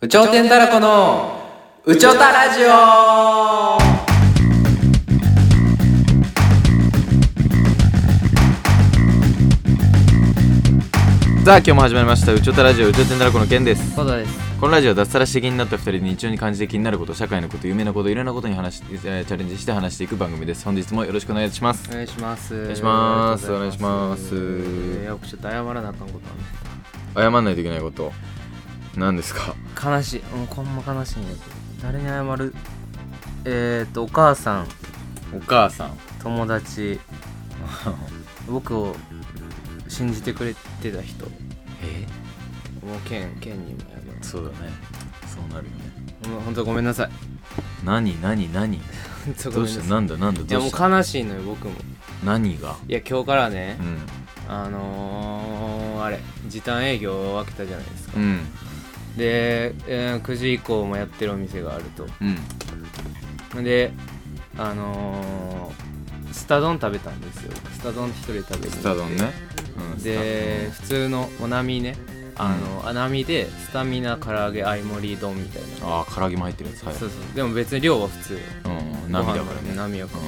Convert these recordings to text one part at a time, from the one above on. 宇頂天たらこの宇宙たラジオさあ今日も始まりました「うちょたラジオうちょてんだらこのけん」ですそうです。このラジオは脱サラして気になった2人で日常に感じて気になること社会のこと夢のこといろんなことに話し、えーチャレンジして話していく番組です本日もよろしくお願いしますお願いします。お願いしますお願いしますいや、僕ちょっと謝らなあかんことあんね謝んないといけないこと何ですか悲しい。うん、こんま悲しいんやけど。誰に謝るえっ、ー、と、お母さん、お母さん友 達、僕を信じてくれてた人、もえうケン、ケンにも謝る。そうだねそうなるよねもう本当ごめんなさい。 何何何本当ごどめんうなしさたい。なんだなんだいどや、うもしうた悲しいのよ、僕も。何がいや、今日からねう、んあのー、あれ、時短営業を分けたじゃないですか。うんで、えー9時以降もやってるお店があると。うんであのー、スタ丼食べたんですよスタ丼一人で食べに行ってスタ丼ねうんで普通のお波ねあの、お波でスタミナ唐揚げ合い盛り丼みたいスタな、丼ああ唐揚げも入ってるやつはいそうそうでも別に量は普通ようん波だからねご飯の波やかう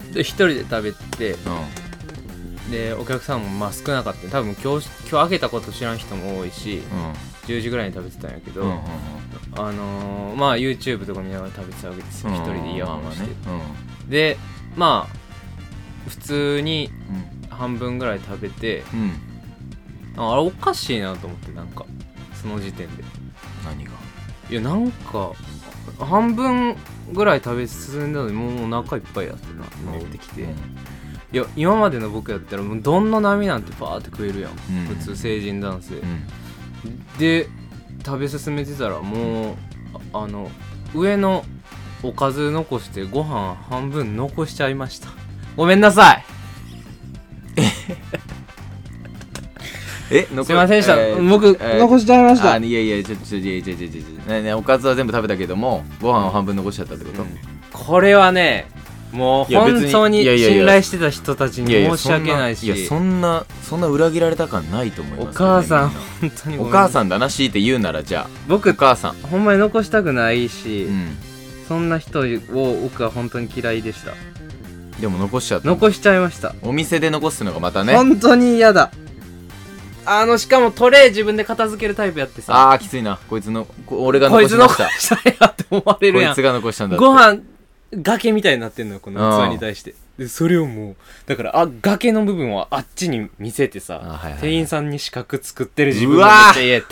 ら、んで一人で食べてうんでお客さんもまあ少なかった多分今日今日開けたこと知らん人も多いしうん10時ぐらいに食べてたんやけど、うんうんあのー、まあ YouTube とか見ながら食べてたわけですよ一人でイヤホンして、うんまあまでまあ普通にあね半分ぐらい食べてうんうんああれおかしいなと思ってなんかその時点で何がいやなんか半分ぐらい食べ進んだのにもうもうお腹いっぱいやってななってきて、うんいや今までの僕やったらもうどんな波なんてバーって食えるやん、ん普通成人男性、うんで食べ進めてたらもうああの上のおかず残してご飯半分残しちゃいましたごめんなさいえ残りすいませんでした、えー僕、えー残しちゃいましたあいやいやちょちょいやいやいやいやいやねねおかずは全部食べたけどもご飯を半分残しちゃったってこと、これはねもういや別本に当にいやいやいや信頼してた人たちに申し訳ないしやそんなそんな裏切られた感ないと思いおますけど母ね、さんみ本当になごおめん母さんだな強いて言うならじゃあ僕お母さんほんまに残したくないし、うんそんな人を僕は本当に嫌いでしたでも残しちゃった残しちゃいました、お店で残すのがまたね本当に嫌だあのしかもトレー自分で片付けるタイプやってさあーきついなこいつのこ俺がこ残いしつま残したしたやって思われるこやいんつが残したんだってご飯崖みたいになってんのよこのあ器ーに対してでそれをもうだからあ崖の部分はあっちに見せてあさはいはい店員さんに資格作ってる自う分わーって言えと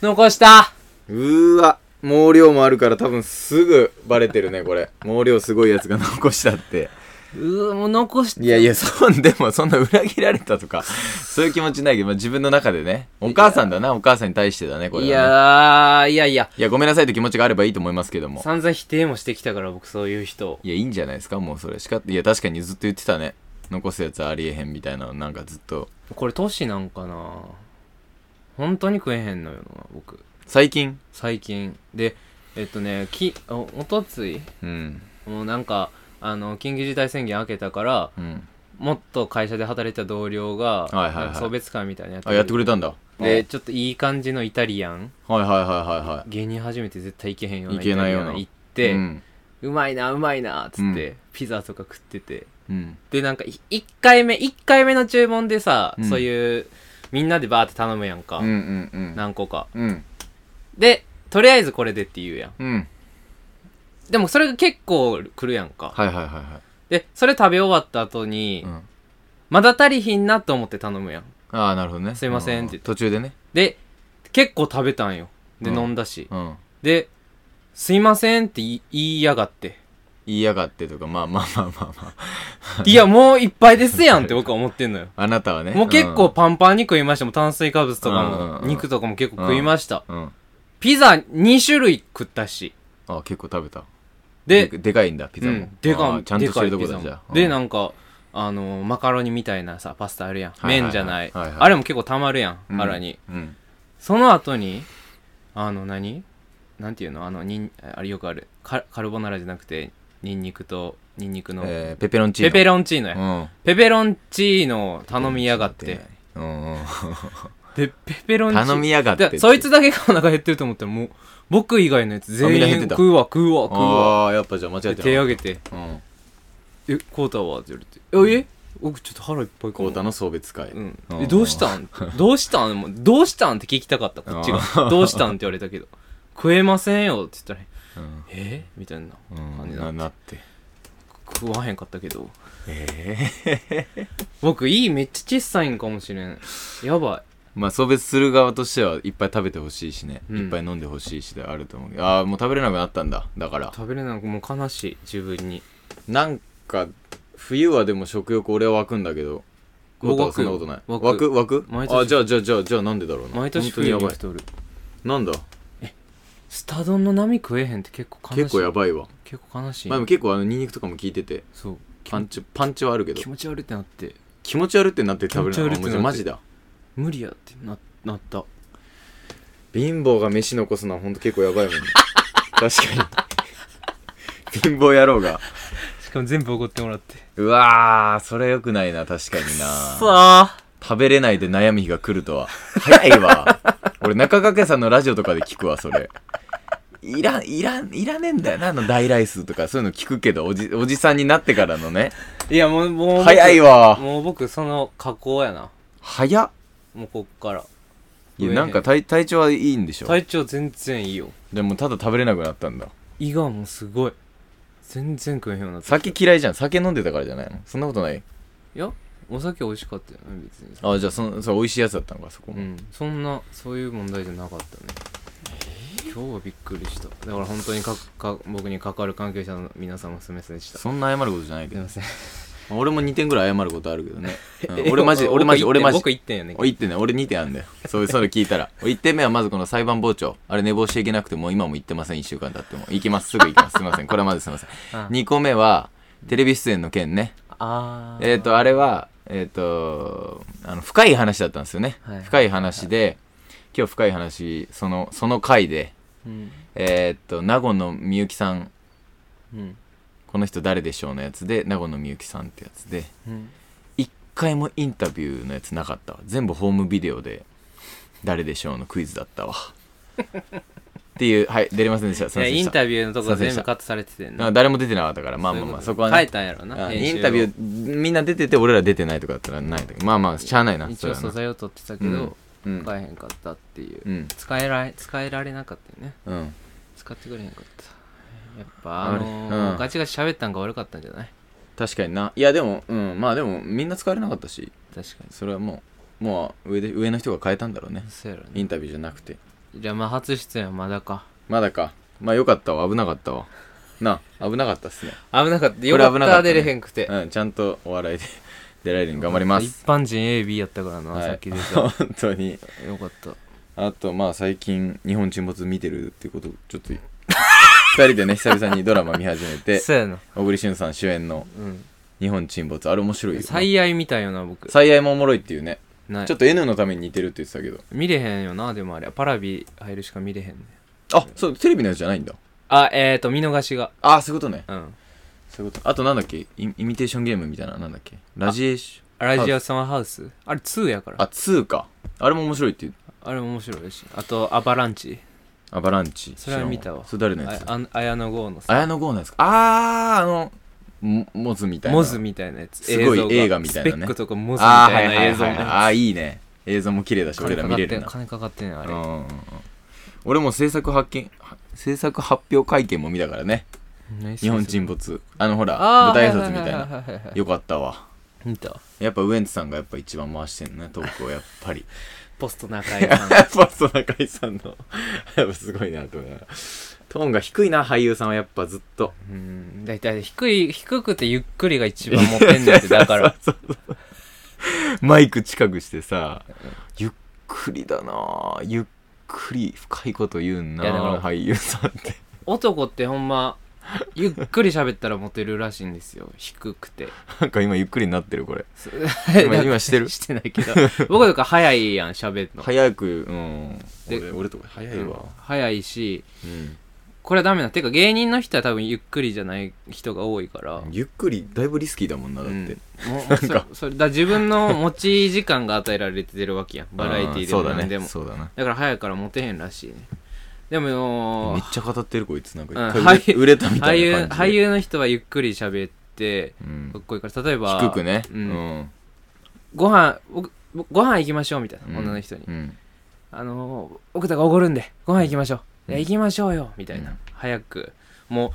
残したうーわ毛量もあるから多分すぐバレてるねこれ毛量すごいやつが残したってうーもう残しいやいやそんでもそんな裏切られたとかそういう気持ちないけど、まあ、自分の中でねお母さんだなお母さんに対してだねこれはいねやーいやいやいやごめんなさいって気持ちがあればいいと思いますけども散々否定もしてきたから僕そういう人いやいいんじゃないですかもうそれしかいや確かにずっと言ってたね残すやつありえへんみたいなのなんかずっとこれ年なんかな本当に食えへんのよな僕最近最近でえっとねきおおとついうんもうなんかあの緊急事態宣言明けたからうんもっと会社で働いてた同僚が、はいはいはいなんか送別会みたいなのやってあやってくれたんだでちょっといい感じのイタリアンはいはいはいはいは芸人初めて絶対行けへんような行けないようなイタリアン行っいて、ううん、まいなうまいなっつって、うピザとか食っててうん、でなんか1回目1回目の注文でさ、うんそういうみんなでバーって頼むやんか、うんうんうん何個かうんでとりあえずこれでって言うやんうんでもそれが結構来るやんか、はいはいはいはでそれ食べ終わった後にい、、うんまだ足りひんなと思って頼むやんああなるほどねすいませんうって途中でねで結構食べたんよで、うん飲んだしうんで「すいません」って言い言いやがって言いやがってとかまあまあまあまあま「あいやもういっぱいです やん」って僕は思ってんのよあなたはね もう結構パンパンに食いましたもう炭水化物とかうんうんもうん肉とかも結構食いましたうん、うん、ピザ2種類食ったしあ結構食べたででかいんだピザうも、んであかーちゃんとしてるとこだでかいじピザゃもあでうんなんかあのマカロニみたいなさパスタあるやんはいはいはい麺じゃないはいはいあれも結構たまるやんうん腹にうんその後にあの何なんていうのあのにんあれよくあるカカルボナーラじゃなくてニンニクとニンニクのえーペペロンチーノペペロンチーノやうんペペロンチーノを頼みやがってうんうんペペペロンチーノ頼みやがってでそいつだけがお腹減ってると思ったらもう僕以外のやつあみんな全減員ってた食うわ食うわ食うわああやっぱじゃあ間違えでて手ない挙げてうん「えコータは?」って言われて「ええ僕ちょっと腹いっぱいかコもータの送別会うん、えどうしたん どうしたんもうどうしたんって聞きたかったこっちがどうしたんって言われたけど食えませんよって言ったらうん「えみたいなう感んじなにななっってて食わへんかったけどええ僕いいめっちゃ小さいんかもしれんやばまあ送別する側としてはいっぱい食べてほしいしね、うんいっぱい飲んでほしいしであると思うけどああもう食べれなくなったんだだからい食べれなくもう悲しい自分になんか冬はでも食欲俺は湧くんだけどコータはそんなことない湧く湧く湧く毎年あじゃあじゃあじゃあじゃあなんでだろうな毎年本当に冬やにばい太るなんだスタ丼の波食えへんって結構悲しい結構やばいわ結構悲しい、まあでも結構あのニンニクとかも効いててそうパンチパンチはあるけど気持ち悪いってなって気持ち悪ってなって食べ気持ちる悪のいってあもなうっじてゃあマジだ無理やってななった貧乏が飯残すのはほんと結構やば いもんね確かに貧乏野郎がしかも全部おごってもらってうわーそれよくないな確かにさなあ食べれないで悩む日が来るとは早 いわ俺中掛さんのラジオとかで聞くわそれいらんいらんいらねえんだよなあの大ライスとかそういうの聞くけどおじおじさんになってからのねいやもうもう僕早いわもう僕その加工やな早っもうこっからいやなんか体体調はいいんでしょ体調全然いいよでもただ食べれなくなったんだ胃がもうすごい全然食えへんようになった酒嫌いじゃん酒飲んでたからじゃないのそんなことないいやお酒美味しかったよね別にあじゃあそのそれ美味しいやつだったのかそこうも、んそんなそういう問題じゃなかったね今日はびっくりしただから本当にかか僕に関わる関係者の皆様すみませんでしたすそんな謝ることじゃないけみどません俺も2点ぐらい謝ることあるけどね、うん 俺マジ俺マジ俺マジ僕言ってんよねおいってね俺2点あんだよそれそれ聞いた ら1点目はまずこの裁判傍聴あれ寝坊していけなくてもう今も行ってません1週間経っても行きますすぐ行きますすいませんこれはまずすいませんあ2個目はテレビ出演の件ねあーえっ、とあれはえっ、とあの深い話だったんですよね、はい深い話で、今日深い話そのその回でうんえっ、と納言のみゆきさんうんこの人誰でしょうのやつで名護のみゆきさんってやつでうん一回もインタビューのやつなかったわ全部ホームビデオで誰でしょうのクイズだったわ っていうはい出れませんでしたすいいまやせんでイしンたタビューのとこ全部カットされててんなんかな誰も出てなかったからまあまあまあそこは変えねたんやろなあインタビューーみんな出てて俺ら出てないとかだったらないんだけどまあまあしゃあないな一それ応は素な材を取ってたけどうん変えへんかったっていううん使えら使えられなかったよねうん使ってくれへんかったやっぱあのあれーうんガチガチ喋ったんが悪かったんじゃない確かにないやでもうんまあでもみんな使われなかったし確かにそれはもうもう上で上の人が変えたんだろうねそうやろイねンタビューじゃなくてじゃあまあ初出演はまだかまだかまあよかったわ危なかったわなあ危なかったっすね危なかったこよれか危っなかったたね出れへんくてうん、ちゃんとお笑いで 出られるように頑張ります。一般人 AB やったからな、はいさっき出 たよ 本当に。かったあと、まあ最近、日本沈没見てるっていうこと、ちょっと、二人でね、久々にドラマ見始め て、そうやな小栗旬さん主演のうん日本沈没、あれ面白いよな。最愛みたいよな僕最愛もおもろいっていうね。ないちょっと N のために似てるって言ってたけど。見れへんよなでもあれパラビ入るしか見れへんねあ、そう、テレビのやつじゃないんだ。あえーと見逃しがあ、そういうことね。うんそういうこと。あとなんだっけイイミテーションゲームみたいな、なんだっけラジエーシラジオサマーハウスあれ2やかョン。らあ、2か。あれも面白いっていう。あれも面白いしあとアバランチアバランチ。それは見たわそれ誰のやあつあの綾野剛のさ綾野剛なんですかあーあのもモズみたいなモズみたいなやつすごい像が映画みたいなねスペックとかモズみあーはたいいはない映はい像はもいあーいいね映像も綺麗だし俺ら見れるな金かかってん金かかってんあれうんうんうん俺も制作発見制作発表会見も見たからね何日本沈没あのほらあー舞台挨拶みたいはははなはははよかったわ見 たやっぱウエンツさんがやっぱ一番回してんねトークをやっぱ りポスト中井やさんっぱその中井さんのやっぱすごいなと思いながらトーンが低いな俳優さんはやっぱずっとうん大体低い低くてゆっくりが一番モテんねんってだ からマイク近くしてさ、ゆっくりだなぁゆっくり深いこと言うんないやだから俳優さん って。男ってほんまゆっくり喋ったらモテるらしいんですよ低くてなんか今ゆっくりになってるこ れ。す今今し てるしてないけど僕とか早いやん喋るの早く、うん。で俺俺とか早いわ。早いしうん。これはダメなてか芸人の人は多分ゆっくりじゃない人が多いからゆっくりだいぶリスキーだもんなだっうて、ん、もうそれそれだ自分の持ち時間が与えられてるわけやんバラエティーでもあー何でもそうだねそうだなだから早いからモテへんらしいねでもめっちゃ語ってるこいつなんかうん一回売れ,、俳優売れたみた俳い優な感じで俳優の人はゆっくり喋ってうんかっこいいから例えば低くねうんご飯僕僕ご飯行きましょうみたいな、うん女の人に、うんあのー奥田がおごるんでご飯行きましょう、いや行きましょうよみたいな、うん早くもう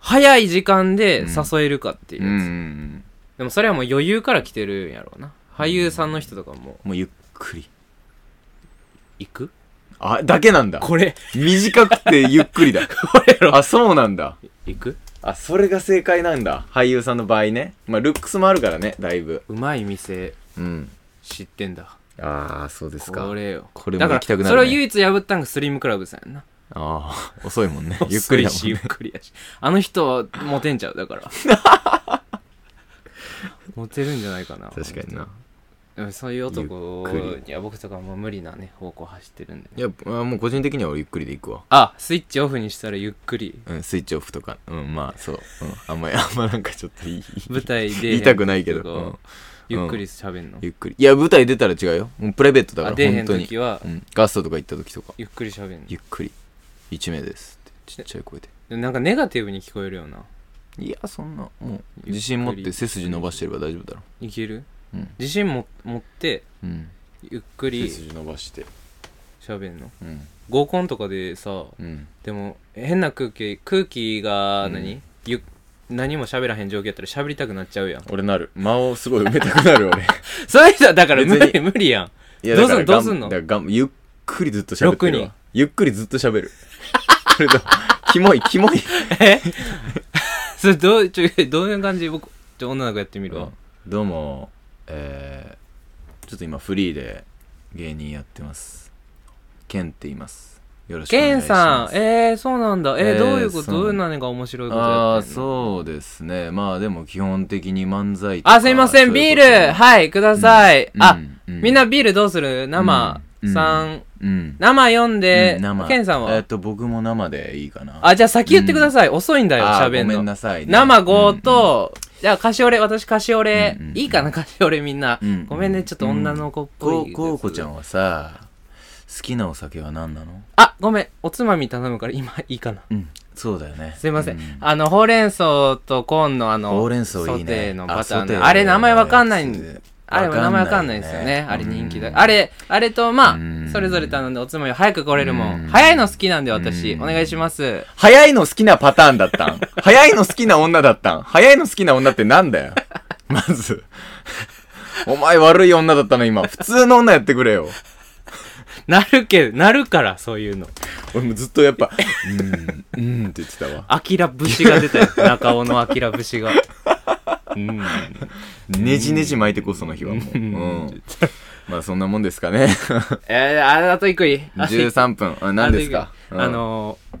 早い時間で誘えるかっていううやんうつ、んでもそれはもう余裕から来てるんやろうな俳優さんの人とかももうゆっくり行くあだけなんだこれ短くてゆっくり だあそうなんだ行くあそれが正解なんだ俳優さんの場合ねまあルックスもあるからねだいぶうまい店うん知ってんだああそうですこれよこれも行きたくだなからそれるねを唯一破ったんがスリムクラブさんやんなああ遅いもん ねゆっくりだも遅いしんゆっねくりやしあの人はモテんちゃうだから モテるんじゃないかな確かになでもそういう男ゆっくには僕とかもう無理なね方向走ってるんで、いやあーもう個人的には俺ゆっくりで行くわあスイッチオフにしたらゆっくりうん、スイッチオフとか、うん、まあ、そう、うん、あんまり、あんまなんかちょっといい、舞台で言いたくないけど、うん、ゆっくり喋んの、ゆっくり。いや、舞台出たら違うよ。もうプライベートだかあら、出えへ本ん当に時。はうん、ガストとか行った時とか、ゆっくり喋んのゆっくり、1名ですって、ちっちゃい声で。でもなんかネガティブに聞こえるよないや、そんな、もう、自信持って背筋伸ばしてれば大丈夫だろいけるう。うん。自信も持ってうん。ゆっくり伸ばして。喋んのうん。合コンとかでさうん。でも変な空気空気が何、ゆ何も喋らへん状況やったら喋りたくなっちゃ うやん俺なる。間をすごい埋めたくなる、俺。 そういう人はだから無別理無理やん いやどうすんだからどうすんのがだからがんゆっくりずっと喋ってる六わ人ゆっくりずっと喋 るこれだキモいキモいそれどうちょどういう感じ僕ちょ女の子やってみるわ、どうもえー、ちょっと今フリーで芸人やってますケンって言いますよろしくおケ願いンしまさすん、えー、そうなんだ。えーえーどういうことそうどういうのが面白いことあやあってんのそうですねまあでも基本的に漫才とかあ、すいません、そういビうことール、はい、ください。うんあ、うんみんなビールどうする生、うんさん、うん生読んでう、ん生ケンさんは、えっと僕も生でいいかなあ、じゃあ先言ってください。遅いんだよ、あー喋んごめの。んなさいね生5と、じゃあカシオレ、私カシオレ、うんうんいいかな、カシオレみんな。うんごめんね、ちょっと女の子っぽいやこつ、うこうこちゃんはさ好きなお酒は何なのあ、ごめん、おつまみ頼むから今いいかな。うんそうだよねすいません、うあのほうれん草とコーンのあのほうれん草いいねソテーのバターあソテーののあれ名前わかんないやつあれは名前わかんないですよねわあかんれないね人気だうんあれあれとまあうんそれぞれ頼んでおつまみ早く来れるもうんん早いの好きなんで私おうん願いします早いの好きなパターンだったん早いの好きな女だったん早いの好きな女ってな んだよまずお前悪い女だったの今普通の女やってくれよなるけどなるからそういうの俺もずっとやっぱ「うんうん」って言ってたわあきら節が出た よ中尾のあきら節がうんねじねじ巻いてこその日はもう、うん、まあそんなもんですかねえー、ああと一個いい あと一個13分あ何ですかあと一個いいあのー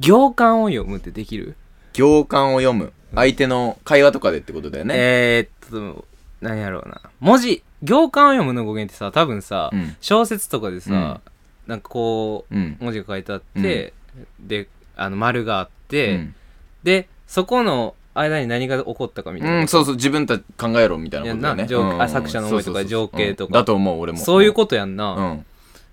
行間を読むってできる行間を読む相手の会話とかでってことだよね、えー、っと、なんやろうな。文字、行間を読むの語源ってさ、多分さ、うん小説とかでさ、なんかこう、うん文字が書いてあって、で、あの、丸があって、うんで、そこの間に何が起こったかみたいな。うん、そうそう、自分たち考えろみたいなことだよいね。やなうんうんうんあ作者の思いとかそうそうそう情景とかうんだと思う、俺も。そういうことやんな、とうん。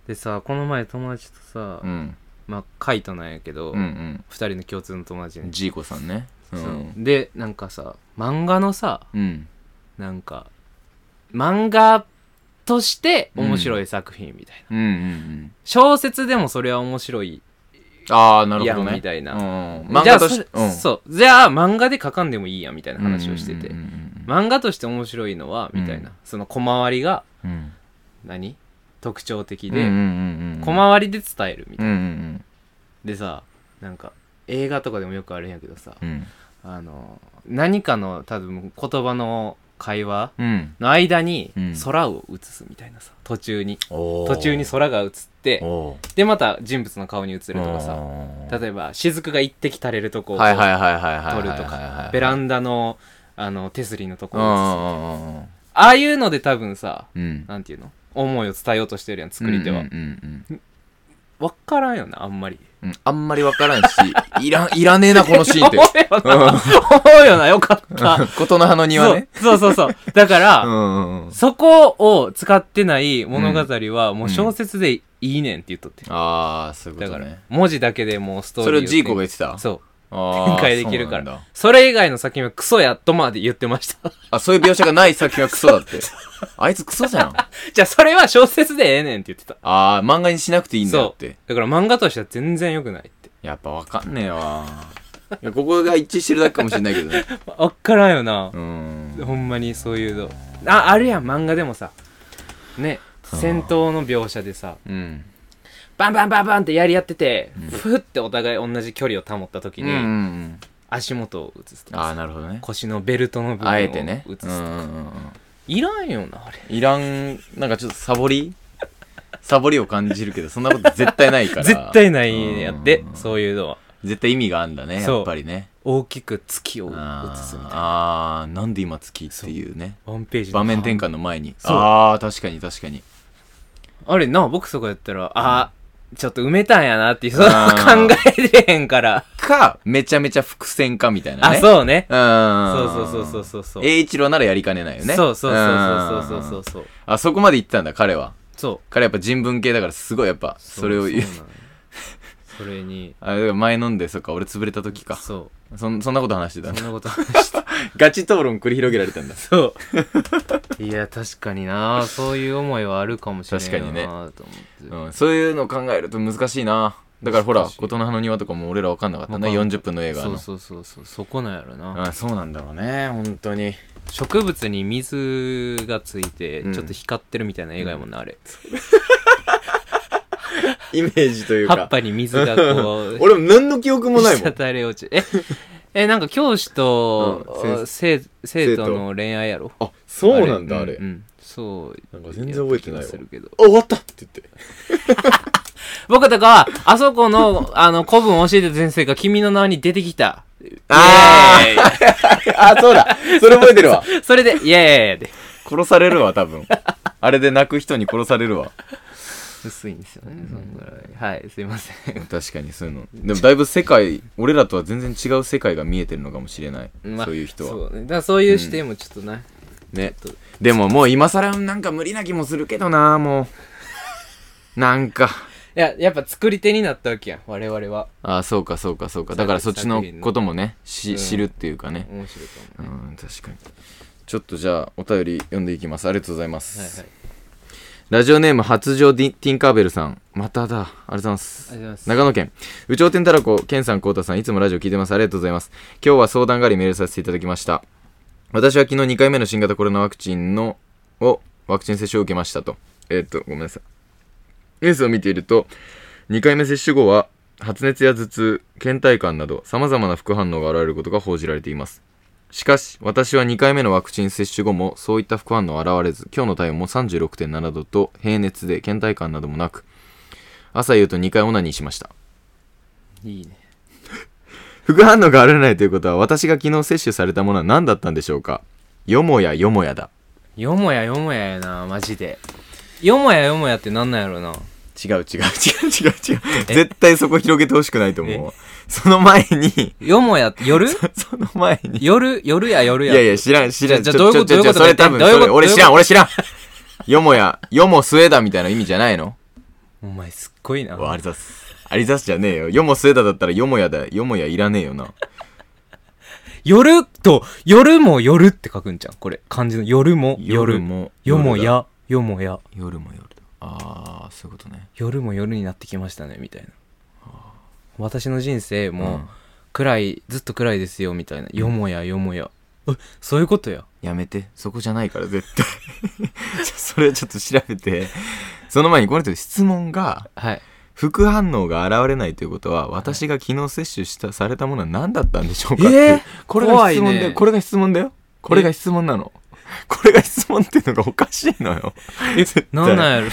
でさ、この前友達とさ、うん。まあ、カイトなんやけど、う二、ん人の共通の友達うん。ね、ジーコさんね。う。そうんで、なんかさ、漫画のさ、うん。なんか、漫画として面白い作品みたいな。うんうんうん。小説でもそれは面白いああ、なるやほどんね。みたいな、うんうん漫画としてじゃあ、そそうじゃあ漫画で書かんでもいいやみたいな話をしてて、うんうんうん漫画として面白いのはみたいな、その小回りがうんうん。何特徴的うんうんで、うんうん。小回りで伝えるみたういな、んうんでさなんか映画とかでもよくあるんやけどさ、うん。うん。あの何かの多分言葉の会話うん。の間にうん空を映すみたいなさ途中にお途中に空が映っておでまた人物の顔に映るとかささ例えば雫が一滴垂れるとこをこうはいはいはいはいはい。撮るとはいはいはかいベランダのあの手すりのとこうろんあうんうんうんあいうので多分さうん。なんていうの思いを伝えようとしてるやん作り手は、うんうんうんわからんよなあんまりうん、あんまりわからんし、いらん、いらねえな、このシーンって。 思うよな思うよなよかったことの葉の 庭ね。そうそうそうそうだから、うんうんうん。そこを使ってない物語はもう小説でいいねんって言っとって、あー、そういうだこかとらね。文字だけでもうストーそリーれををジーコが言ってたそうあー展開できるかそうらなんだそれ以外の作品はクソやっとまで言ってました あ、そういう描写がない作品はクソだって。あいつクソじゃん。じゃあそれは小説でええねんって言ってたあー、漫画にしなくていいんだよって。だから漫画としては全然良くないって やっぱわかんねえわ。いや、ここが一致してるだけかもしれないけどね。わっからんよなう、ん。ほんまにそういうのああるやん漫画でもさねあ戦闘の描写でさうん。バンバンバンバンってやり合ってて、ふってお互い同じ距離を保った時うんうに、んうん。足元を映すとあー、かさなるほどね。腰のベルトの部分をあ映えすてね。とうんうかんうんうん。いらんよなあれいらん、なんかちょっとサボりサボりを感じるけど、そんなこと絶対ないか ら。絶対ないんやって、うんそういうのは絶対意味があんだね、そうやっぱりね。大きく月を映あすみーたいなあー、なんで今月っていうね。ワンページの場面転換の前に。そうああ、確かに確かに。あれな僕とかやったらあーちょっと埋めたんやなっていうそのあー考えれへんからか、めちゃめちゃ伏線かみたいなあね。う。そうねうん。そうそうそうそうそうそう栄一郎ならやりかねないよね。そうそうそうそうそうそううんそうあ、そこまで言ってたんだ、彼は。そう彼やっぱ人文系だから、すごいやっぱ、それを言うそ。うなのそれにあ、だから前飲んで、そっか、俺潰れた時か。そそん、そんなこと話してたうそんんだ。なこと話してガチ討論繰り広げられたん だ。そういや確かになそういう思いはあるかもしれない確かにねなと思って、うん、そういうのを考えると難しいな。だからほら、難しい琴の葉の庭とかも俺ら分かんなかったね、わかんない40分の映画の。そうそうそうそうそこなんやろな、うん、そうなんだろうね、本当に。植物に水がついてうんちょっと光ってるみたいな映画やもんな、あれイメージという葉っか。ぱに水がこう 俺も何の記憶 もないもん。滴れ落ちええなんか教師と、う生ん生徒生徒の恋愛やろあ、そうなんだ、あれ。ううんそうなんか全然覚えてないわやった気がするけどあ、終わったって言って。僕とかはあそこの あの古文を教えてた先生が君の名に出てきたあーイエ ーあ、そうだそれ覚えてるわ。イそれでイエーイで 殺されるわ、多分。あれで泣く人に殺されるわ。薄いんですよねそのぐらいはいすいません確かにそういうの。でもだいぶ世界、俺らとは全然違う世界が見えてるのかもしれない。まあそういう人は。そう,、ね、だからそういう視点もちょっとな、ねちょっと。でももう今更なんか無理な気もするけどな、もう。なんか。いややっぱ作り手になったわけやん我々はああ、そうかそうかそうか。だからそっちのこともね、うんし知るっていうかね。面白いと思ううん、確かに。ちょっとじゃあ、お便り読んでいきます。ありがとうございまはいす。はいラジオネーム発情ディティンカーベルさん。まただ。ありがとうございます。ありがとうございます長野県。宇宙天太郎子、健さん、こうたさん、いつもラジオ聞いてます。ありがとうございます。今日は相談がありメールさせていただきました。私は昨日2回目の新型コロナワクチンの、を、ワクチン接種を受けましたと。えーっと、ごめんなさい。ニュースを見ていると、2回目接種後は、発熱や頭痛、倦怠感など、様々な副反応が現れることが報じられています。しかし、私は2回目のワクチン接種後も、そういった副反応は現れず、今日の体温も36.7度と、平熱で倦怠感などもなく、朝夕と2回オナニーしました。いいね副反応が現れないということは、私が昨日接種されたものは何だったんでしょうかよもやよもやだ。よもやよもややなマジでよもやよもやってなんなんやろな、違う違う違う違う違う。絶対そこ広げてほしくないと思う。その前によもや夜 その前に。夜夜や夜いややいや、知らん、知らん。じゃあちどういょうことちょちょどそいうれうこと多分、どうそいうことれ、俺知らん、ど俺知らん。よもや、よも末だみたいな意味じゃないのお前すっごいなわありざす。ありざすじゃねえよ。よも末だだったらよもやだ。よもやいらねえよな。夜と夜も夜って書くんじゃんこれ漢字の夜も夜夜もよも夜やよもや夜も夜だ。あー、そういうことね。夜も夜になってきましたねみたいな私の人生もううん暗いずっと暗いですよみたいなよもやよもやえそういうことややめて。そこじゃないから、絶対。 ちょそれちょっと調べて。その前に、この人質問が、はい副反応が現れないということは、私が昨日摂取した、されたものは何だったんでしょうかっていうえーこれが怖質い問ねだよ。これが質問だよ。これが質問なの。これが質問っていうのがおかしいのよ。絶対 なんなんやろ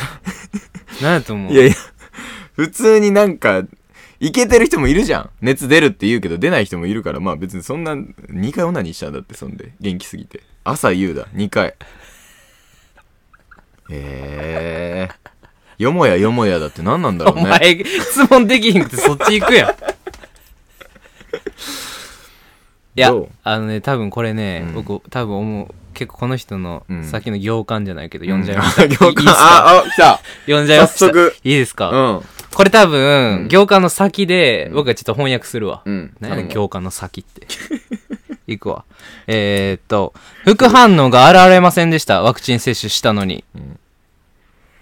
なんやと思ういやいや、普通になんか、いけてる人もいるじゃん。熱出るって言うけど、出ない人もいるから、まあ別にそんな、2回オナニーしたんだって、そんで。元気すぎて。朝夕だ、2回。ええよもやよもやだって何なんだろおうね。前、質問できひんくてそっち行くやん。いやどう、あのね、多分これね、うん僕、多分思う、結構この人のうん、さっきの行間じゃないけど、読んじゃいまあす。 行いい間っすかあ、あ、来た。読んじゃいます。早速いいですか、うん。これ多分、うん行間の先でう、ん僕がちょっと翻訳するわ。うん。何やねん行間の先 って。いくわ。えーっと、副反応が現れませんでした。ワクチン接種したのに。うん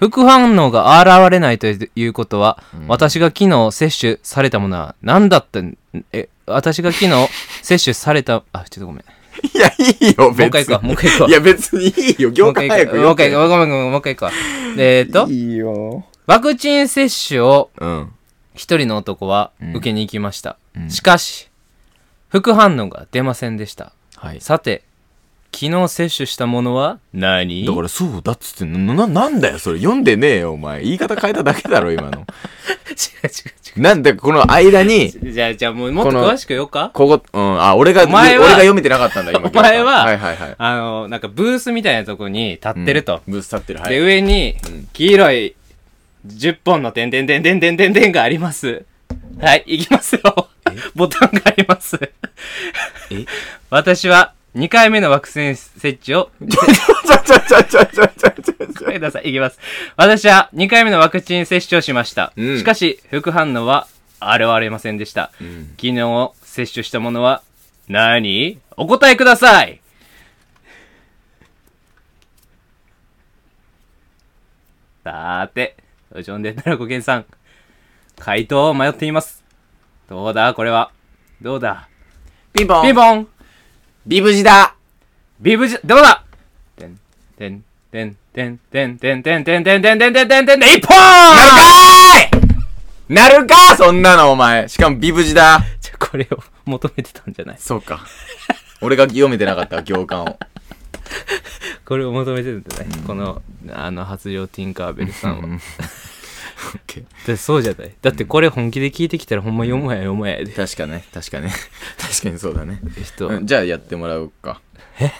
副反応が現れないということは、うん私が昨日接種されたものは何だったんえ、私が昨 日接種された、あ、ちょっとごめん。いや、いいもうよ、別に。一回行くわ、もう一回行くわ。いや、別にいいよ。もう行一回間行早くくわ。行もう一回行くわ、ごめんごめん、もう一回行くわ。えーっと、いいよ。ワクチン接種をうん。一人の男はうん受けに行きました、うんしかし副反応が出ませんでしたはい。さて昨日摂取したものは何だからそうだっつってんのな、なんだよ、それ。読んでねえよ、お前。言い方変えただけだろ、今の。違なんで、この間に、う違う違うじゃあじゃあもうもっとこの詳しく言おうかここ、うん、あ、俺が、お前は俺が読めてなかったんだ、今。お前ははいはいはい。あのなんかブースみたいなとこに立ってると、うん。ぶっ刺ってる。はでい。上にうん黄色い10本の点点点点点点点がありますはい行きますよボタンがありますえ私は2回目のワクチン接種をちょちょちょちょちょちょちょ ちごめんなさい、いきます。私は2回目のワクチン接種をしました。うんしかし、副反応は現れませんでした。ん昨日接種したものは何お答えくださいさーて、ジョンデンならごけんさん、回答を迷っています。どうだこれは。どうだピンポン。ピンポンビブジだ。ビブジ、どうだてん、てん、てん、てん、てん、てん、てん、てん、てん、てん、てん、てん、てん、てん、一本なるかーいなるかそんなの、お前。しかもビブジだ。じゃ、これを求めてたんじゃないそうか。俺が読めてなかった、行間を。これを求めてたんじゃないこの、あの、発情ティンカーベルさんうは。んだオッケーってそうじゃないだってこれ本気で聞いてきたらほんま読もうや読もうやで。確かね、確かね。確かにそうだね。人うんじゃあやってもらおうか。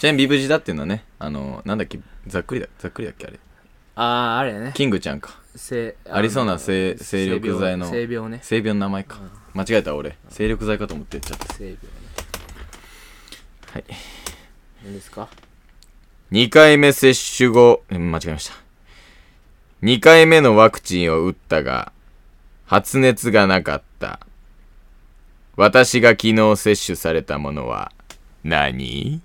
ちなみにビブジだっていうのはね、あの、なんだっけ、ざっくりだ、ざっくりだっけあれ。ああ、あれね。キングちゃんか。せありそうな性性力剤の性病ね。性病の名前か。間違えた俺。精力剤かと思って言っちゃった。性病ね。はい。何ですか2回目接種後、うん間違えました。2回目のワクチンを打ったが、発熱がなかった。私が昨日接種されたものは何、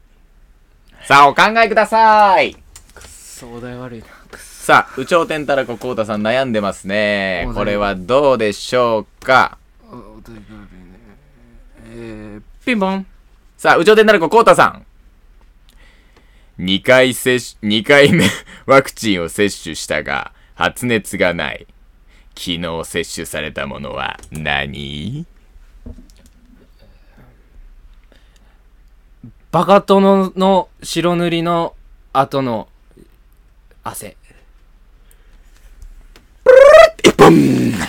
さあ、お考えください相題悪いな。くそさあ、宇宙天太郎子こうたさん悩んでますねお。悩みこれはどうでしょうかお題悪いね。えー、ピンポンさあ、宇宙天太郎子こうたさん。2回接種、2回目 ワクチンを接種したが、発熱がない。昨日接種されたものは何バカ殿の白塗りの後の汗。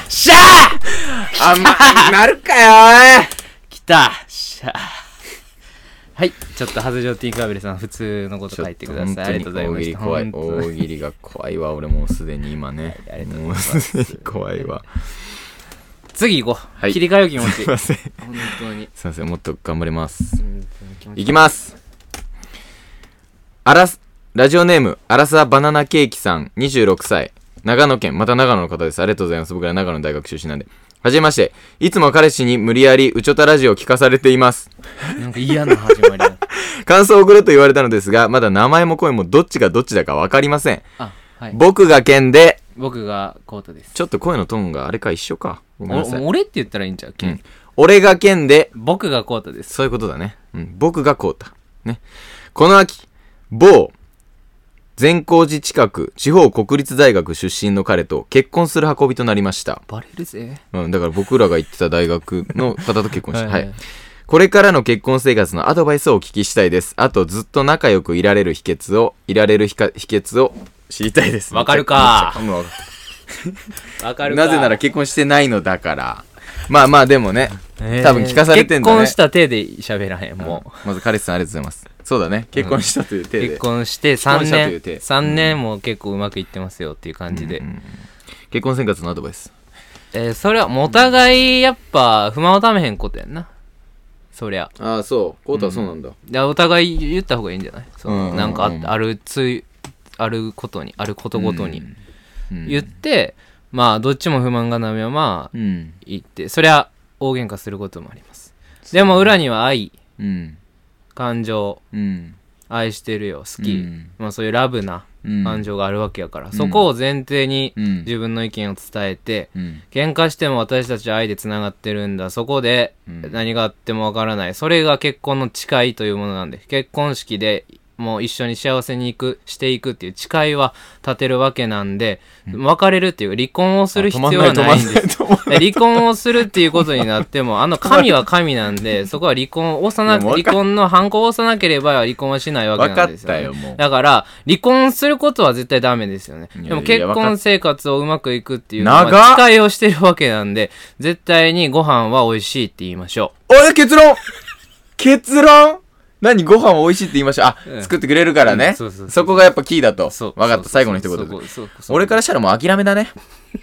しゃああん ま、なるかよきたしゃあはい、ちょっとハズジョティンカーベルさん、普通のこと書いてください。ありがとうございま大喜し利た。怖い。本当に大喜利が怖いわ、俺もうすでに今ね。もうすでに怖いわ。次行こう。はい切り替えよう気持す いち。ません。本当に。すいません、もっと頑張ります。うん気持ちいきます。あらす、ラジオネーム、アラサーバナナケーキさん、26歳。長野県、また長野の方です。ありがとうございます。僕ら長野大学出身なんで。はじめまして。いつも彼氏に無理やり、うちょたラジオを聞かされています。なんか嫌な始まりだ。感想を送れと言われたのですが、まだ名前も声もどっちがどっちだかわかりません。あ、はい。僕が剣で、僕がコートです。ちょっと声のトーンがあれか一緒か。ごめんなさおい。俺って言ったらいいんちゃうう君ん、俺が剣で、僕がコートです。そういうことだね。うん。僕がこうた。ね。この秋、某、善光寺近く、地方国立大学出身の彼と結婚する運びとなりました。バレるぜ。うん。だから僕らが行ってた大学の方と結婚した。ははいい。これからの結婚生活のアドバイスをお聞きしたいです。あと、ずっと仲良くいられる秘訣を、いられるひか秘訣を知りたいです。わかるかめっちゃめっちゃうんわかるわかるかなぜなら、結婚してないのだから。まあまあ、でもね、多分聞かされて結んだね。婚した手で喋らへん、もう。まず彼氏さんありがとうございます。そうだね。結婚したという手で。結婚して婚3したとい年う体三年も結構うまくいってますよっていう感じで、うん結結婚生活のアドバイスえーそれはもうお互いやっぱ不満をためへんことやんなそりゃああそうコウタはそうなんだ、いやお互い言った方がいいんじゃないそうんうんのうんなんかああるついあることにあることごとにうん言って、まあどっちも不満がなめはまあうん言ってそりゃ大喧嘩することもありますでも裏には愛うん感情うん愛してるよ好き、うんまあ、そういうラブなうん感情があるわけやから、そこを前提にうん自分の意見を伝えて、うん喧嘩しても私たちは愛でつながってるんだそこでうん何があってもわからないそれが結婚の誓いというものなんで結婚式でもう一緒に幸せに行くしていくっていう誓いは立てるわけなんで別れるっていう離婚をする必要はないんです止まんない止まんない で離婚をするっていうことになっても、あの神は神なんで、そこは離婚を押さな、もうわか離婚の反抗を押さなければ離婚はしないわけなんですよ、ね。わかったよもうだから、離婚することは絶対ダメですよね。いやでも結婚生活をうまくいくっていう、長っまあ誓いをしてるわけなんで、絶対にご飯は美味しいって言いましょおい結論結論何ご飯美味しいって言いましたあ、うん作ってくれるからね、うんそそうそうそうこがやっぱキーだとう。そう。分かった最後の一と言こでそうそう俺からしたらもう諦めだね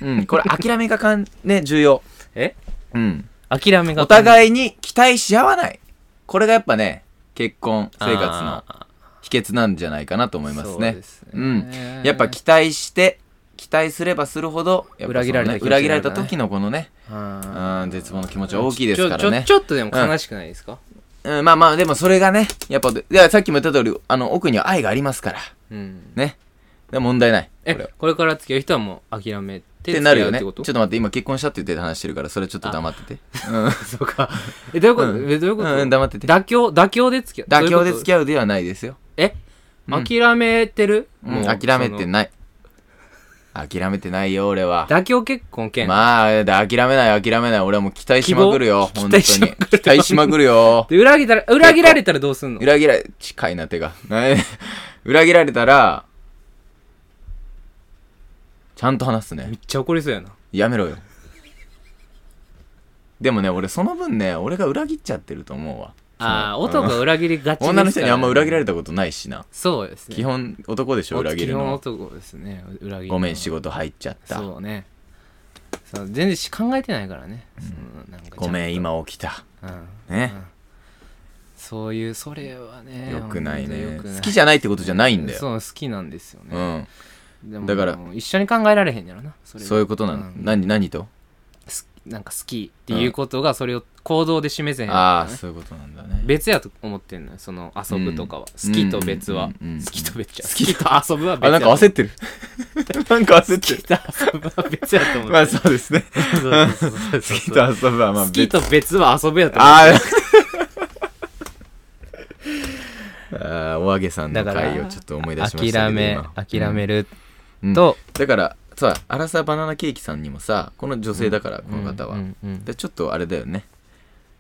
うんこれ諦めがかんね重要えうん諦めが。お互いに期待し合わないこれがやっぱね結婚生活のあ秘訣なんじゃないかなと思いーますそうねですねうんやっぱ期待して期待すればするほどやっぱ裏そのね切られた気持ちになるからね裏切られた時のこのねあうん絶望の気持ちはー大きいですからねちょ、ちょ、ちょっとでも悲しくないですか、うん、まあまあでもそれがねやっぱでいやさっきも言った通りあの奥には愛がありますからうんねで問題ないえこれはこれから付き合う人はもう諦めてってなるよね付ちき合うょっっとてこと待って今結婚したって言って話してるからそれちょっと黙っててう んそう かえどういうこと、うんえどういうこと、うんうん黙ってて妥協妥協で付き合う妥協で付合き合うではないですよういうことうんえ、諦めてる、うん諦めてそのない諦めてないよ俺は妥協結婚兼、まあだ諦めない諦めない俺はもう期待しまくるよ希望本当に期待しまく期待しまくるよで裏切られ裏切られたらどうすんの裏切られ近いな手がな 裏切られたらちゃんと話すねめっちゃ怒りそうやなやめろよ。でもね、俺その分ね、俺が裏切っちゃってると思うわ。ああその男が裏切りがちですから、女の人にあんま裏切られれたことないしな。そうですね基本男でしょ、裏切る基本の。男ですね裏切るのごめん、仕事入っちゃった。そうねそう全然し考えてないからね、そのなんかちゃとごめん、、今起きた。うん、ね。そういうそれはねよくない本当ね良く。好きじゃないってことじゃないんだよ。そう好きなんですようね、ん。でもだからもう一緒に考えられへんやろなそれがそういうことなの。ん何、何とすなんか好きっていうことがそれを行動で示せへんやろなああ、そういうことなんだね。別やと思ってんのよその遊ぶとかは、うん好きと別は、うんうんうん好きと別じゃん好好ききと遊ぶは別あ、やなんかっ 焦ってる。なんか焦ってる。遊ぶは別やと思って、まあそうですね。そうそうそう好きそうと遊ぶはまあ好別きと別は遊ぶやと思あー あーお揚げさんのだから回をちょっと思い出しうました諦けどめ今諦めるうんと、だからさアラサーバナナケーキさんにもさこの女性だから、この方は、うんうんでちょっとあれだよね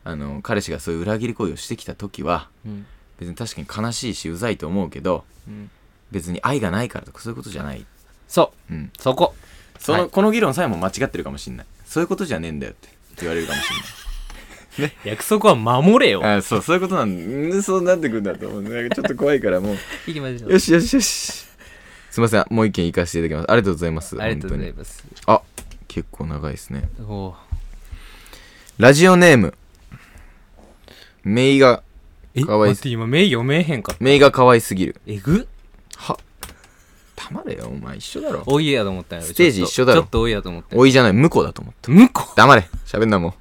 あの彼氏がそういう裏切り行為をしてきた時はうん別に確かに悲しいしうざいと思うけどうん別に愛がないからとかそういうことじゃない、そうん、うそこその、はいこの議論さえも間違ってるかもしんないそういうことじゃねえんだよって言われるかもしんない約束は守れよ あそうそういうことなんうんそうなってくんだと思うなんかちょっと怖いからもう行きましょう よしよしよし。すみません、もう一件行かせていただきます。ありがとうございます。ありがとうござい本ます当にあ、結構長いですね。おうラジオネーム。メイが、えかわいい待って今目読めへんかったメイが可愛すぎる。えぐは、たまれよ、お前一緒だろ。多いやと思ったんやろステーちょジっと一緒だろちょっと多いやと思ったんやおいじゃない、向こうだと思う。ろ向こう黙れ、喋ん なも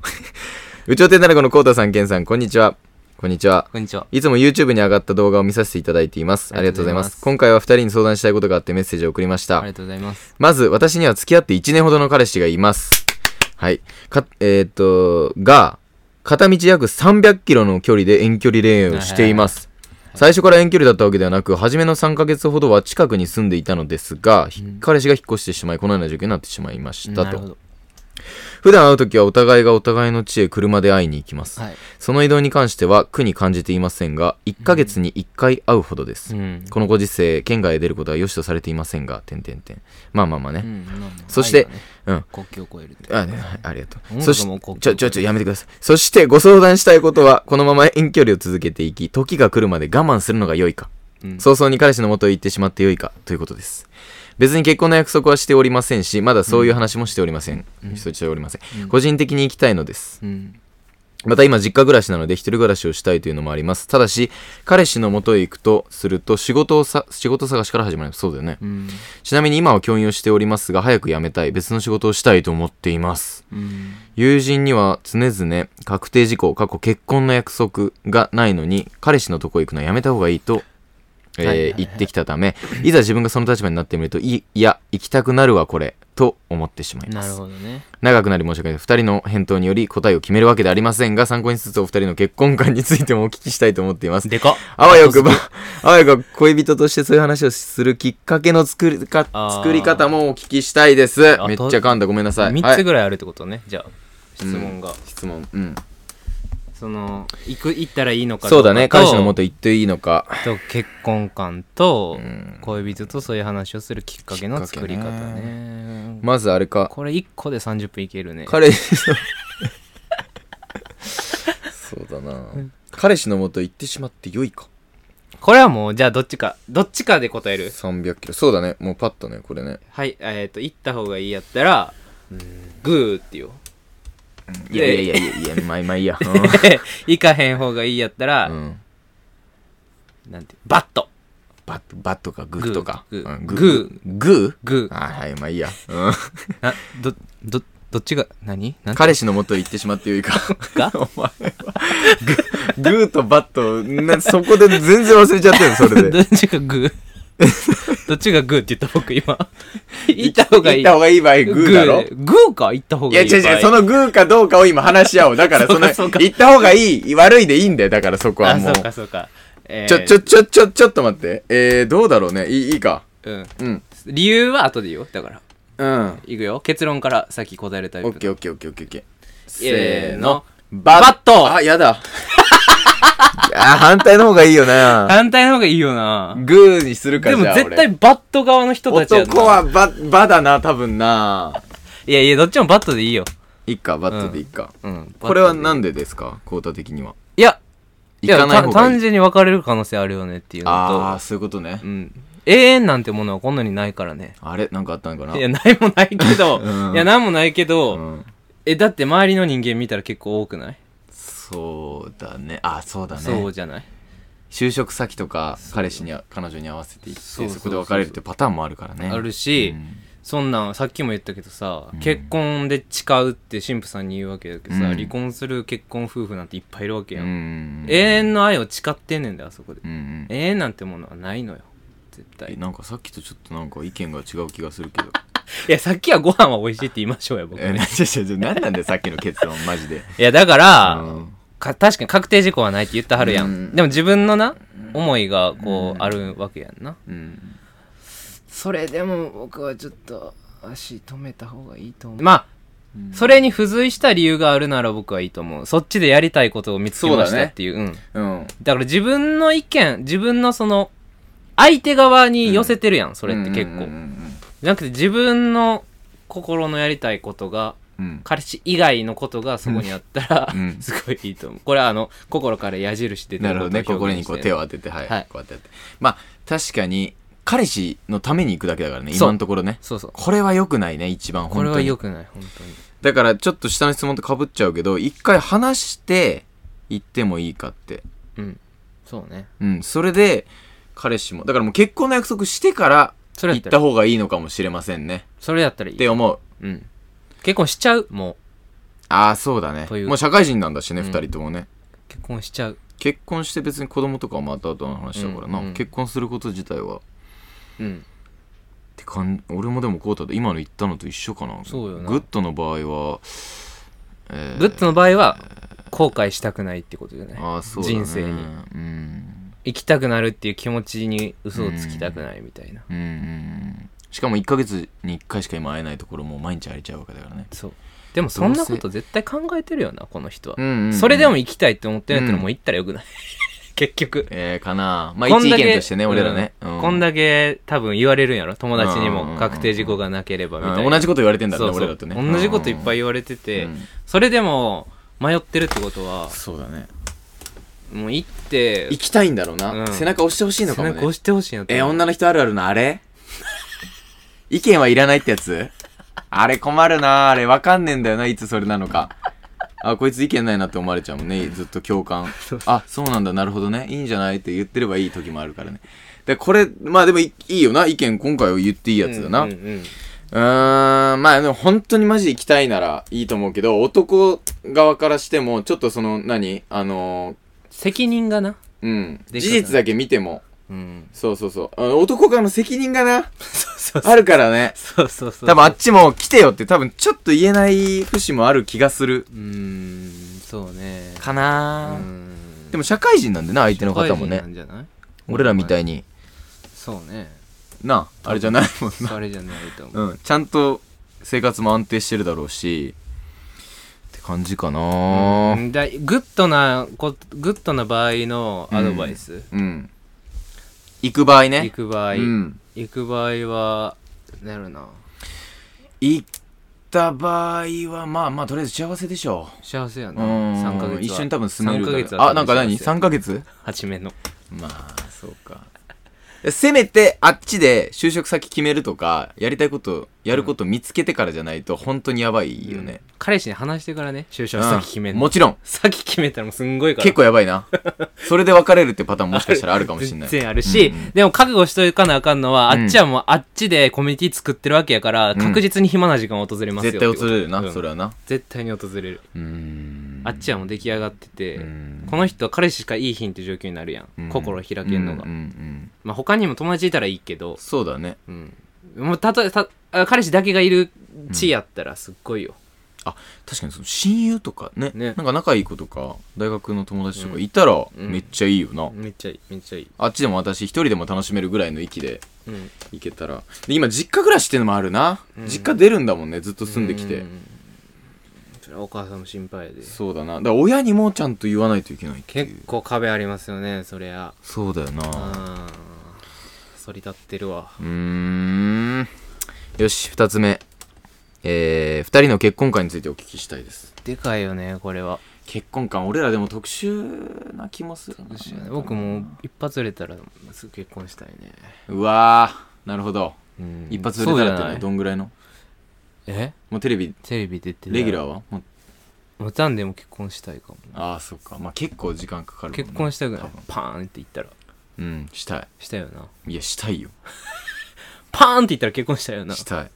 う。宇宙天ならこのコウタさん、ケンさん、こんにちは。こんにちは。こんにちはいつも YouTube に上がった動画を見させていただいています。ありがとうございありがとうごます。ざいます今回は2人に相談したいことがあってメッセージを送りました。ありがとうございますまず、私には付き合って1年ほどの彼氏がいます。はい。か、えーっと、が、片道約300キロの距離で遠距離恋愛をしています。最初から遠距離だったわけではなく、初めの3ヶ月ほどは近くに住んでいたのですが、ひ彼氏が引っ越してしまい、このような状況になってしまいましたなるほと。ど普段会うときはお互いがお互いの地へ車で会いに行きます。はいその移動に関しては苦に感じていませんが、1ヶ月に1回会うほどです。うんこのご時世、県外へ出ることは良しとされていませんが、点々点。まあまあまあね。うんまあまあそして愛がねうん。国境を越えるってあねはいありがと音う。楽そしもてこう、ちょ、ちょ、ちょ、やめてください。そして、ご相談したいことは、このまま遠距離を続けていき、時が来るまで我慢するのが良いか、うん早々に彼氏の元へ行ってしまって良いか、ということです。別に結婚の約束はしておりませんしまだそういう話もしておりません、しておりません、個人的に行きたいのですうん。また今実家暮らしなので一人暮らしをしたいというのもありますただし彼氏の元へ行くとすると仕事をさ仕事探しから始まりますそうだよね、うん。ちなみに今は教員をしておりますが早く辞めたい別の仕事をしたいと思っていますうん。友人には常々確定事項過去結婚の約束がないのに彼氏のとこ行くのはやめた方がいいと、えはーいはいはい言ってきたためいざ自分がその立場になってみるといいや行きたくなるわこれと思ってしまいなまるすほどね。長くなり申し訳ない2人の返答により答えを決めるわけではありませんが参考にしつつお二人の結婚観についてもお聞きしたいと思っていますでかっあわよくば、あわよくば恋人としてそういう話をするきっかけの作りかあー作り方もお聞きしたいです。あとめっちゃ噛んだ。ごめんなさい。 3はついぐらいあるってことね。じゃあ、質問が。質問。うん。その、行く、行ったらいいのかそうだね。彼氏のもとと行っていいのか。と結婚観とん恋人とそういう話をするきっかけの作り方きっかけねまずあれか。これ1個で30分いけるね彼氏のそうだな。彼氏のもと行ってしまって良いか。これはもうじゃあどっちかどっちかで答える300キロ。そうだね。もうパッとね、これね。はいえっ、と行った方がいいやったらグーって言おう いやいやいやいやいや、まあまあ いいや。で行かへん方がいいやったら、うん。なんてバットバット、バットかグーとか。グーうんグー。グーグーあはい、まあいいや。うん。などどどっちが何なん彼氏の元へ行ってしまってよいか。がお前は。 グーグーとバット、なそこで全然忘れちゃって るそれ どで。っちがグーどっちがグーって 言った僕今行った方がいい行った方がいい場合、グーだろグーグーか行った方いがやいい違う違う、そののグーかどうかを今話し合おう。だから、その、そうかそうか行った方がいい、悪いでいいんだよ。だからそこはあもそうう。かそうかえーちょ、ちょ、ちょ、ちょ、ちょっと待って。えー、どうだろうね。いいいいか。うんうん。理由は後でいいよだからうん。オッいくよ結論から先答えるタイプケーオッケーオッケーオッケーオッケー。せーのババットあ、やだ。 いや、反対の方がいいよな。反対の方がいいよなグーにするかでじゃあも絶俺対バット側の人たちやんな男はバ、バだな、多分な。いやいやどっちもバットでいいよいっか、バットでいっか。うんこれはんなんでですかコータ的には。いやい行やかない方たがい単い。純に別れる可能性あるよねっていうああ、のそういうことねと、う。ん、永遠なんてものはこんなにないからねあれなんかあったのかないやないもないけど、 うんいやなんもないけど、うんえだって周りの人間見たら結構多くない、そうだね。あ、そうだそねう。じゃない就職先とか、彼氏には、彼女に合わせていって、そうそうそうそこで別れるってパターンもあるからね。あるし、うんそんなんさっきも言ったけどさ、うん結婚で誓うって新婦さんに言うわけだけどさ、うん離婚する結婚夫婦なんていっぱいいるわけうやん、ん。永遠の愛を誓ってんねんだよあそこで、うんうん。永遠なんてものはないのよ絶対え、いなんかさっきとちょっとなんか意見が違う気がするけど。やさっきはご飯は美味しいって言いましょうよ僕 え、な、ちょちょちょ、なんなんだよ、さっきの結論、マジで。いやだかうら、ん。か確かに確定事項はないって言ったはるやん、うんでも自分のな思いがこう、うんあるわけやんなうん。それでも僕はちょっと足止めた方がいいと思うまあそれに付随した理由があるなら僕はいいと思うそっちでやりたいことを見つけましたそうだねっていううんうん。だから自分の意見自分のその相手側に寄せてるやん、それって結構、うんうんうんじゃなくて自分の心のやりたいことがうん。うん彼氏以外のことがそこにあったら、うん すごいいいと思うこれはあの心から矢印出てなるほどね。こことをこ表に現こうして手を当てて、はい。はいこうやってやって。まあ、確かに、彼氏のために行くだけだからね、そう今のところね。そうそうこれは良くないね、一番、こ本れは当良に。くない本当にだから、ちょっと下の質問と被っちゃうけど、一回話して、行ってもいいかって。うんそうねうん。それで、彼氏も、だからもう結婚の約束してから、それ行やっったたら方がいいのかもしれませんね。それやったらいっいて思う。うん結婚しちゃうもああ、そうだねとい。うもう社会人なんだしね、うん二人ともね。う結婚しちゃう結婚して別に子供とかはまた後の話だからうんうな。ん結婚すること自体はうんってかん俺もでもこうたで今の言ったのと一緒かなそうよなグッドの場合は、えーグッズの場合は後悔したくないってことじゃないあーそうだね人生にうん行きたくなるっていう気持ちに嘘をつきたくないみたいなうんうんうんしかも1ヶ月に1回しか今会えないところも毎日会えちゃうわけだからねそうでもそんなこと絶対考えてるよなこの人はうんうんうんそれでも行きたいって思ってるんやったうらんもう行ったらよくない結局えー、かなま あこん一意だけ見としてね俺らね、ううんんこんだけ多分言われるんやろ友達にうんうんうんうもん確定事項がなければみたいな、うん同じこと言われてんだねそうそう俺らとね同じこといっぱいい言われてて、うんそれでも迷ってるってことはそうだねもう行って行きたいんだろうな、うん背中押してほしいのかも背中ね押してほしいなとえー思う女の人あるあるのあれ意見はいらないってやつあれ困るなあれわかんねえんだよな、いつそれなのか。あ、こいつ意見ないなって思われちゃうもんね。ずっと共感。あ、そうなんだ、なるほどね。いいんじゃないって言ってればいい時もあるからね。で、これ、まあでもいいいよな。意見今回は言っていいやつだな。うんうんうんうーん、まあでも本当にマジ行きたいならいいと思うけど、男側からしても、ちょっとその、何あの責任がな。ーうん。で事きた実だけ見ても、うん。そうそうそう。あの男側の責任がな、そうそう。あるからね。そうそうそう。多分あっちも来てよって多分ちょっと言えない節もある気がする。うーん、そうね。かうなぁんでも社会人なんでな、相手の方も社会人なね。んじゃない俺らみたいに。そうね。なあ、あれじゃないもんな。それじゃないと思う。うん。ちゃんと生活も安定してるだろうし、って感じかなぁうんだグッドなこ、グッドな場合のアドバイス。うん。行く場合ね。行く場合。うん。行く場合は、なるな。行った場合は、まあまあ、とりあえず幸せでしょ幸せやう。うな。ん。 3ヶ月は。一緒に多分住める3かヶら。月はあ、なんか何 ?3 三ヶ月初めの。まあ、そうか。せめて、あっちで就職先決めるとか、やりたいこと、やること見つけてからじゃないと、本当にやばいよね。うん彼氏に話してからね、就職うん先決めんの。もちろん。先決めたらもうすんごいから。結構やばいな。それで別れるってパターンもしかしたらあるかもし れない。全然あるし、うんでも覚悟しとかなあかんのは、うんあっちはもうあっちでコミュニティ作ってるわけやから、ん確実に暇な時間訪れますよ絶対ってこと訪れるな、うんそれはな。絶対に訪れる、うーん。あっちはもう出来上がってて、うんこの人は彼氏しかいい品って状況になるやん、うん心開けるのが、うんうんうんまあ、他にも友達いたらいいけど、そうだね。うん、もうたとえたあ彼氏だけがいる地やったらすっごいよ、あ確かにその親友とかねねなんか仲いい子とか大学の友達とかいたらんめっちゃいいよな、めっちゃいいめっちゃいい、あっちでも私一人でも楽しめるぐらいの域でうん、行けたらで今実家暮らしってのもあるな、実家出るんだもんねずっと住んできて、うんそれはお母さんも心配やでそうだなだから親にもちゃんと言わないといけないっていう結構壁ありますよねそりゃそうだよなあー反り立ってるわうーんよし二つ目えー、二人の結婚観についてお聞きしたいですでかいよねこれは結婚観俺らでも特殊な気もするな僕も一発売れたらすぐ結婚したいね、うわーなるほどうん一発売れたらってそうじゃのなはいどんぐらいのえもうテレビテレビ出てレギュラーーはもう無断でも結婚したいかもああそっかまあ結構時間かかるもんね結婚したくない多分パーンって言ったらうんしたいしたよないやしたいよパーンって言ったら結婚したよなししたい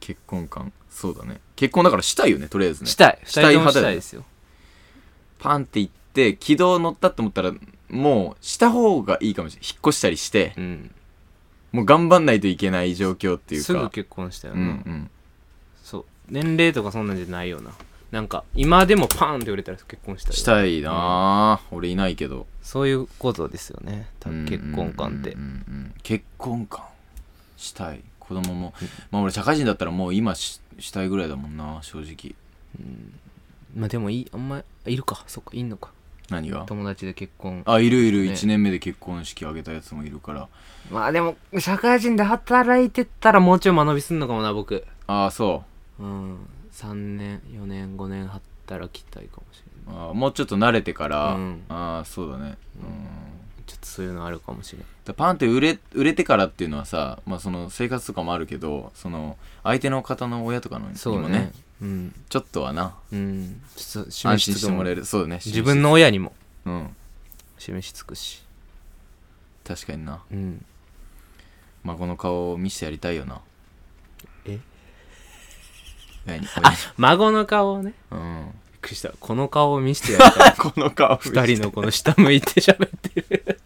結婚感そうだね結婚だからしたいよねとりあえずねたい二した人いとも派しだよねたいですよパンって言って軌道乗ったって思ったらもうした方がいいかもしれない引っ越したりしてうんもう頑張んないといけない状況っていうかすぐ結婚したような、んうんそう年齢とかそんなんじゃないよななんか今でもパーンって売れたら結婚したいわしたいなー俺いないけどそういうことですよね多分結婚観ってうんうんうんうん結婚観したい子供もまあ俺社会人だったらもう今ししたいぐらいだもんな正直まあでもいいあんまいるかそっかいんのか何が友達で結婚あいるいるね1年目で結婚式挙げたやつもいるからまあでも社会人で働いてったらもうちょい間延びすんのかもな僕ああそうん3年4年5年働きたいかもしれなうあーもうちょっと慣れてから、うんああそうだねうんいちょっとそういうのあるかもしれないだパンって売れ売れてからっていうのはさ、まあ、その生活とかもあるけどその相手の方の親とかのにそうもねねうんちょっとはなうんちょっと安示し心つしくてもらえもるそうだね自分の親にもうん示しつくし確かになうん孫の顔を見せてやりたいよなえ何孫の顔をね うん びっくりしたこの顔を見 せてやるからこの顔二人のこの下向いて喋ってる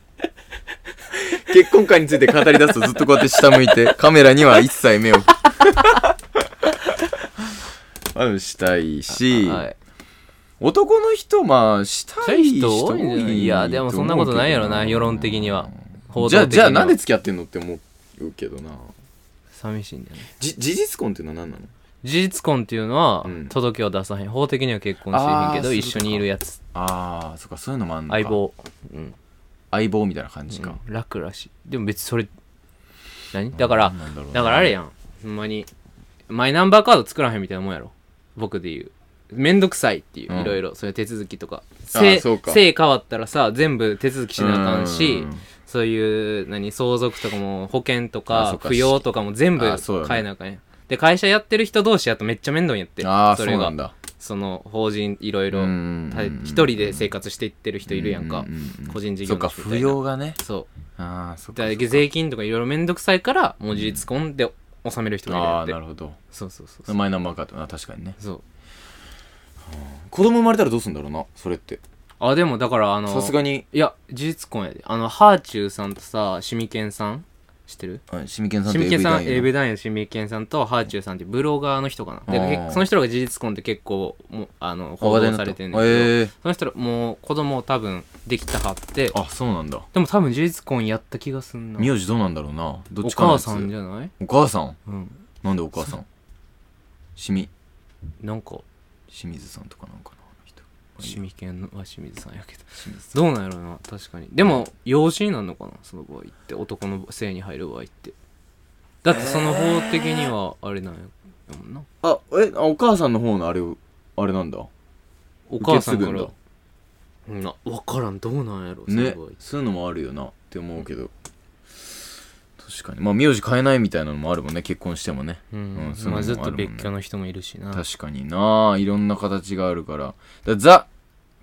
結婚観について語り出すとずっとこうやって下向 いてカメラには一切目をあのしたい し、はい男の人まあしたい人そう多いう人多いんじゃないいいやでもそんなことないやろなと思うけど世論的には報道じゃあ的にじゃはあなんで付き合ってんのって思うけどな寂しいんだよねじ事実婚っていうのは何なの事実婚っていうのはうん届けを出さへん法的には結婚してへんけあどー一緒にいるやつああそっかそういうのもあんのか相棒うん相棒みたいな感じか、うん楽らしいでも別にそれ何だからなんろうなだからあれやんほんまにマイナンバーカード作らへんみたいなもんやろ僕で言うめんどくさいっていううんいろいろそれ手続きとかあー姓そうか姓変わったらさ全部手続きしなあかんしうんそういう、何、相続とかも、保険とあかそっ、か扶養とかも全部あそうよね変えなあかんやん。で、会社やってる人同士やとめっちゃ面倒にやって。ああそそうれながん、だその、法人いろいろ、うんた一人で生活していってる人いるやんかうう。う個人事そ業っか主みた扶いな。養がねそう。ああそっかだから税金とかいろいろめんどくさいから、もう事実婚で納める人がいるあやあってな。るほどそうそうそうそう。マイナンバーカードな確かにねそう。子供生まれたらどうすんだろうなそれってあ、でもだから、あの、さすがにいや、事実婚やで。あの、ハーチューさんとさ、シミケンさん知ってるあシミケンさんシとミケンさん、 AV エ男優ビダインのシミケンさんとハーチューさんっていうブロガーの人かな。であー結その人らが事実婚って結構、もうあの、あ報話題道になさったれてるんだけど、ええその人ら、もう子供を多分できたはって、あそうなんだでも多分事実婚やった気がすんな。名字どうなんだろうなどっおちかの母やつさんじゃないお母さんうん。なんでお母さんシミなんか、清水さんとかなんかなあの人シミケンは清水さんやけど。清水さどうなんやろうな、確かに。でも、養子になるのかな、その場合って。男の性に入る場合って。だってその法的には、あれなんやもんな。んあえあお母さんの方のあれをあれなんだおお母さんかんらだ。うんな、わからん、どうなんやろ、そのね場合。そういうのもあるよなって思うけど、確かにまあ名字変えないみたいなのもあるもんね結婚してもねううんん。そういうのもまああるずっもとんね別居の人もいるしな。確かにないろんな形があるからだザ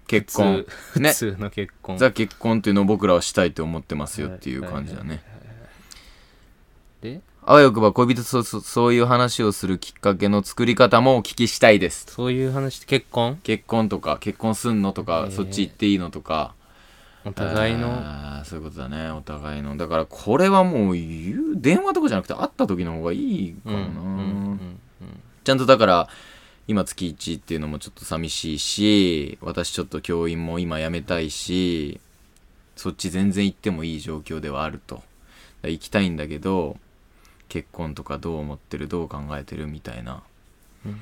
結婚普通ね普通の結婚。ザ結婚っていうのを僕らはしたいと思ってますよっていう感じだねで、あわよくば恋人とそそういう話をするきっかけの作り方もお聞きしたいですそういう話って結婚結婚とか結婚すんのとか、えーそっち行っていいのとかお互いの。あーそういうことだねお互いのだからこれはもう言う電話とかじゃなくて会った時の方がいいかうん。もうな、んうん。ちゃんとだから今月1っていうのもちょっと寂しいし私ちょっと教員も今辞めたいしそっち全然行ってもいい状況ではあるとだから行きたいんだけど結婚とかどう思ってるどう考えてるみたいなうん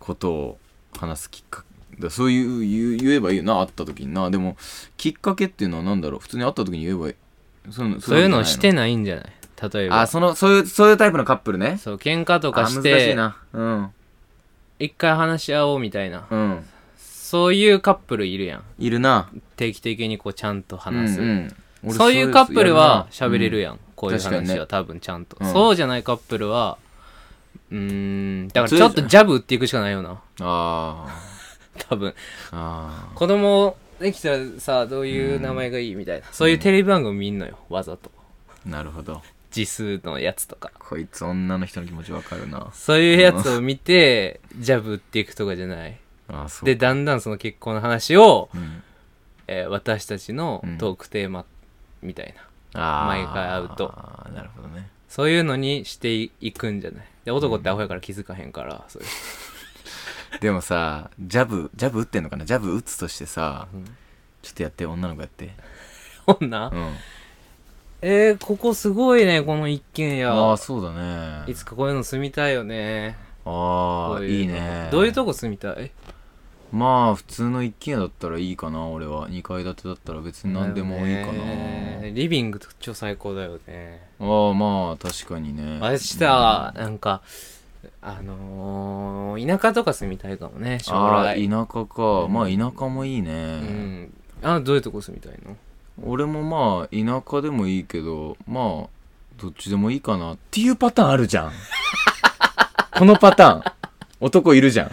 ことを話すきっかけだそういう言う言えばいいよな会った時になでもきっかけっていうのは何だろう普通に会った時に言えばいいそういうそういうのじゃしてないんじゃない例えあば。そのそういうそういうタイプのカップルねそう、喧嘩とあか難ししいて、なうん一回話し合おうみたいな。うんそういうカップルいるやん。いるな定期的にこうちゃんと話す、うんうん俺そういうカップルは喋れるややん、こういう確かに話ねは多分ちゃんと、うんそうじゃないカップルはうーんだからそうちょっとジャブ打っていくしかないよなつうんあ多分ーあ子供できたらさどういう名前がいいみたいな、そういうテレビ番組見んのよわざとーなるほど字数のやつとかこいつ女の人の気持ちわかるなそういうやつを見て、ジャブ打っていくとかじゃないあーそうでだんだんその結婚の話を、うんえー私たちのトークテーマみたいな、あー毎回会うとあーなるほどねそういうのにしていくんじゃないで男ってアホやから気づかへんから、そういうでもさジャブジャブ打ってんのかなジャブ打つとしてさ、うんちょっとやって女の子やって 女、うんえー、ここすごいねこの一軒家ああそうだねいつかこういうの住みたいよねあこうあうのいいねどういうとこ住みたいまあ普通の一軒家だったらいいかな俺は2階建てだったら別に何でもいいかな、ねリビングとか超最高だよねああまあ確かにね私さ、なんかあのー、田舎とか住みたいかもね将ああ来田舎かまあ田舎もいいうね、んあどういうとこ住みたいの俺もまあ田舎でもいいけどまあどっちでもいいかなっていうパターンある じゃんこのパターン男いるじゃん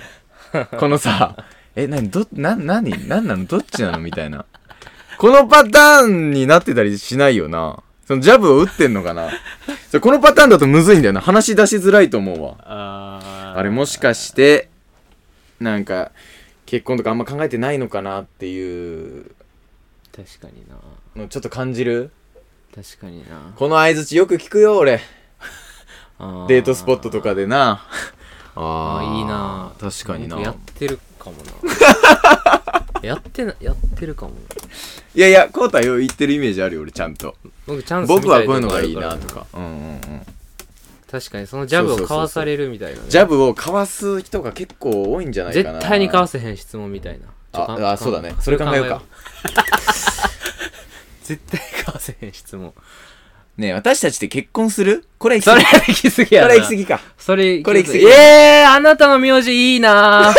このさ え何どな何何なのどっちなのみたいなこのパターンになってたりしないよなそのジャブを打ってんのかなそれこのパターンだとむずいんだよな話し出しづらいと思うわああれもしかしてなんか結婚とかあんま考えてないのかなっていう確かになのちょっと感じる確かになこの相づちよく聞くよ俺あデートスポットとかでなああーいいなー確かにな僕やっいてるかも なやってなやってるかもやいやこうたよう言ってるイメージあるよ俺ちゃんと僕チャンス僕はこういうのみたがいといこあるならとかうんうんうん確かにそのジャブそうそうそうそうをかわされるみたいなねジャブをかわす人が結構多いんじゃないかな絶対にかわすせへん質問みたいなちょかああそうだねそれ考えようか絶対かわせへん質 問ねえ私たちって結婚するこれはそ行き過れぎは行き過ぎやこなれは行き過ぎかそれこれ行き過ぎえー、あなたの名字いい なぁ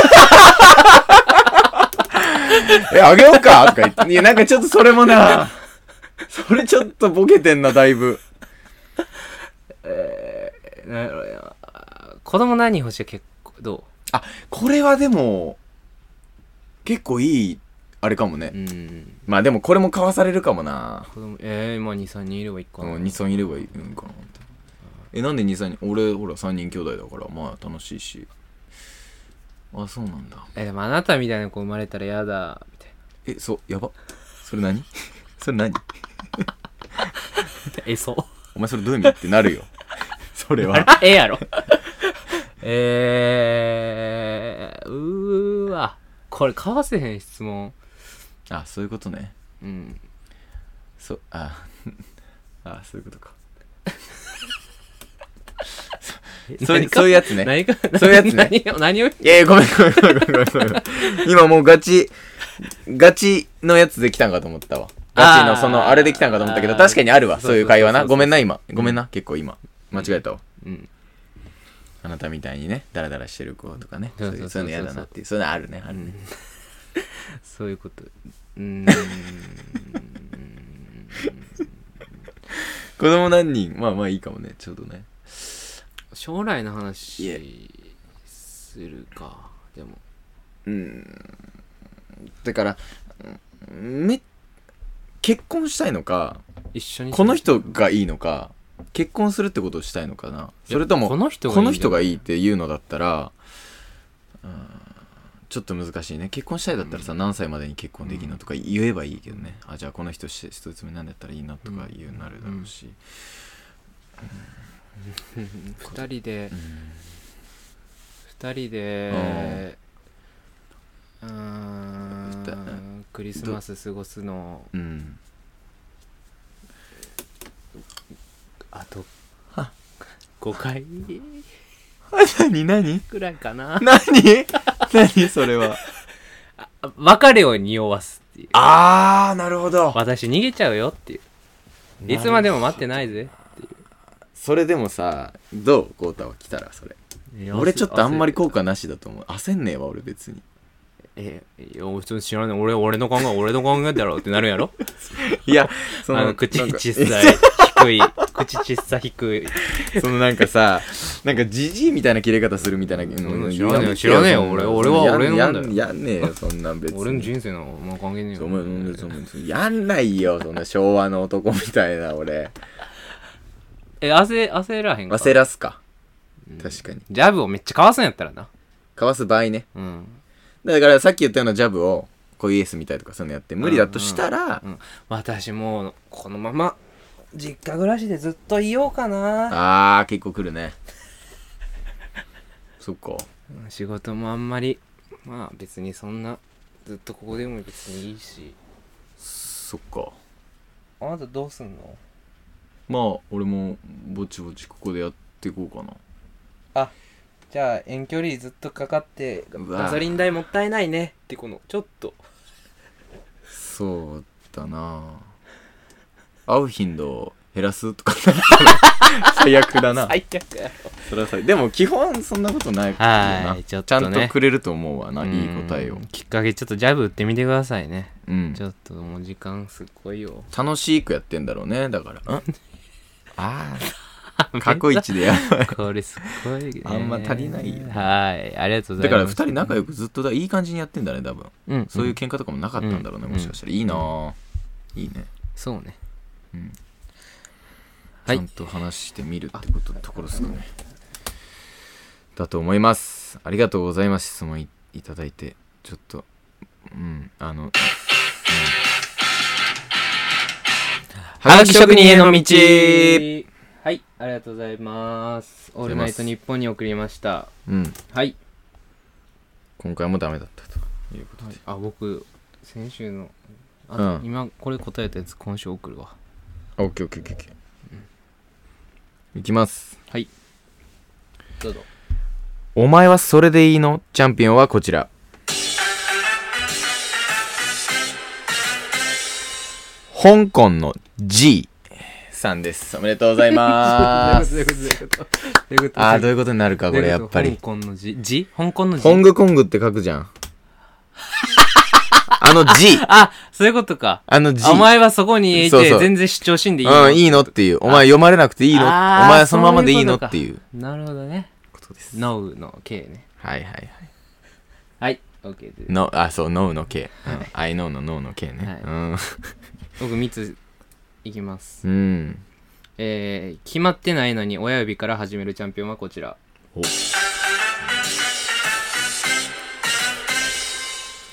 え、あげようかとか言って。いや、なんかちょっとそれもな、それちょっとボケてんな、だいぶ。なんやろな子供何欲しい結構どあ、これはでも、結構いい、あれかもね。ううんまあでもこれも買わされるかもな。子供えー、今23人いれば1個この2、3いればいいんかなって。え、なんで2、3人俺、ほら、3人兄弟だから、まあ楽しいし。あ、そうなんだ。えでもあなたみたいな子生まれたら嫌だみたいえ、そう、やば。それ何それ何なえ そうお前それどういう意味ってなるよ。それ は。ええやろえー、うーわこれかわせへん質問あ、そういうことね。うんそ、あ、 あ、そういうことか。それ何かそういうやつね何かそういうやつね何を何をいやいや、ごめんごめんごめんごめんごめんごめん。今もうガチ、ガチのやつできたんかと思ったわ。ガチのそあの、ーあれできたんかと思ったけど、あー確かにあるわ。そうそういう会話な。そうそうそうそうごめんな、今。ごめんな、結構今。間違えたわ。うんあなたみたいにね、ダラダラしてる子とかね。そそうういそううそうそうそういうの嫌だなっていう。そういうのあるね、あるね。そういうことうー ん子供何人まあまあいいかもね、ちょうどね。将来のい話するかでもだから、うんめ、結婚したいのか、一緒にこの人がいいのか、結婚するってことをしたいのかな。それとも、この人がいいこんだよの人がいいっていうのだったら、うんちょっと難しいね。結婚したいだったらさ、何歳までに結婚できるのとか言えばいいけどね。あ、じゃあこの人し一つ目なんだったらいいなとか言うようになるだろうし。二人で二人でうーんクリスマス過ごすのうん。 あと5回あ、何何くらいかな何何それは。別れを匂わすっていうあー、なるほど。私逃げちゃうよっていういつまでも待ってないぜそれでもさ、どうゴータは来たらそれ。俺ちょっとあんまり効果なしだと思う。焦んねえわ、俺 別に。えいや別に知らない俺俺の考え俺の考えだろってなるやろいや、 そあの、の口なんか小さい低 い口小さ低い そのなんかさ、なんかじじいみたいな切れ方するみたいなの知らねえよやめてよ知らねえよそんな俺俺はやん俺のもんだよやんやんねえよ、そんなん別に。俺の人生のお前関係ねえよお前お前お前お前やんないよ、そんな昭和の男みたいな俺。え焦焦らへんか焦らすか。確かに。ジャブをめっちゃかわすんやったらな。かわす場合ね。うん。だからさっき言ったようなジャブを、こうイエスみたいとかそういうのやって無理だとしたらう、ん、私もう、このまま、実家暮らしでずっといようかな。あー、結構来るね。そっか。うん仕事もあんまり、まあ別にそんな、ずっとここでも別にいいし。そっか。あなたどうすんのまあ、俺もぼちぼちここでやっていこうかな。じゃあ遠距離ずっとかかって、うわガソリン代もったいないねってこの、ちょっと。そうだな会う頻度を減らすとか 最悪だな最悪やろ。それは最でも基本そんなことないからは、ないちょっちゃと、んね。とくれると思うわな、いい答えうをん。きっかけ、ちょっとジャブ打ってみてくださいね。うんちょっともう時間すっごいよ。楽しくやってんだろうねだからんああ過去一でやばいこれすごいね。あんま足りないよはい。ありがとうござだいかます。ら2人仲良くずっとだいい感じにやってんだね多分うん、んそういう喧嘩とかもなかったんだろうね、うんもしかしたらいいなあいいねそうね。うんはいちゃんと話してみるってことところですかねだと思いますありがとうございます質問いいただいてちょっとうんあの、うん、はがき職人への道はい。ありがとうございます。オールナイト日本に送りました。うんはい。今回もダメだったということで、あ、僕、先週の、あ、うん今これ答えたやつ今週送るわ。あオッケーオッケーオッケーオッケーいきますはい。どうぞ。お前はそれでいいのチャンピオンはこちら香港の G さんですおめでとうございますどういうことどういうことどういうこと ああどうういうこいうことになるかとこれやっぱり香港の字字香港の字 ホングコングって書くじゃんあの G あ、そういうことか。あの G お前はそこにいそうそて、う全然主張しんでいいのうん、いいのっていう。お前読まれなくていいのおあー前はそのままでいいのっていう。そなるほどね。ことです。 NO の K ね。はいはいはい。はい。OK です。の、あ、そう、ノウの K。うん、I know のノウの K はいね。僕3ついきます。うん。うん。えー、決まってないのに親指から始めるチャンピオンはこちら。お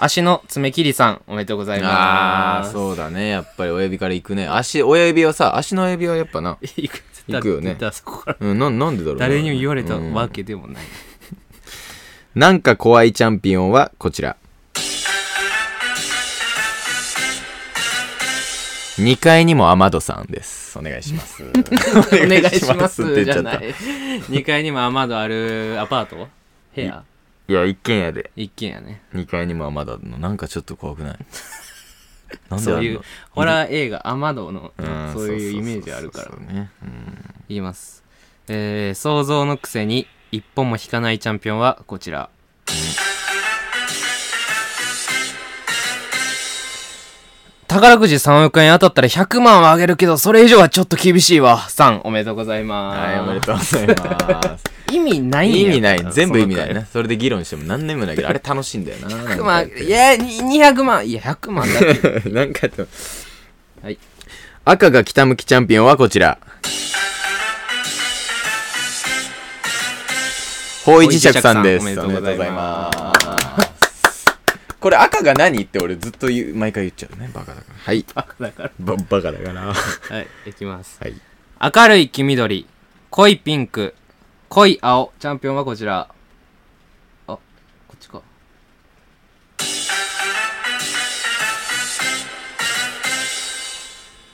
足の爪切りさん、おめでとうございまああ、す。そうだね。やっぱり親指から行くね。足、親指はさ、足の親指はやっぱな。行く行くよねだってそこからうん、ななんでだろうな誰にも言われたうんわけでもない。なんか怖いチャンピオンはこちら。2階にもアマドさんです。お願い します。 おお願いします。じゃ ないい。 2階にも雨戸あるアパート部屋や、一軒やで。一軒やね。 2階にもアマドあるの。なんかちょっと怖 くないなんであそんうのいう、ホラー映画、雨戸のん、そういうイメージあるからそう。そうそうね言います。えー、想像のくせに一本も引かないチャンピオンはこちら。宝くじ3億円当たったら100万はあげるけど、それ以上はちょっと厳しいわ。さん、おめでとうございます。はい、おめでとうございます。意味 ないんや意味ない。全部意味な。そいのな。それで議論しても何年もないけど、あれ楽しい んだよな。なん100か万、いや、に200万、いや、100万だって。 なんかと。はい。赤が北向きチャンピオンはこちら。方位磁石さんです。方位磁石さんおめでとうございますす。 これ赤が何って俺ずっと言う、毎回言っちゃうね。バカだから。はい。バカだから。ババカだから。 はい、いきます。はい。明るい黄緑、濃いピンク、濃い青、チャンピオンはこちら。あ、こっちか。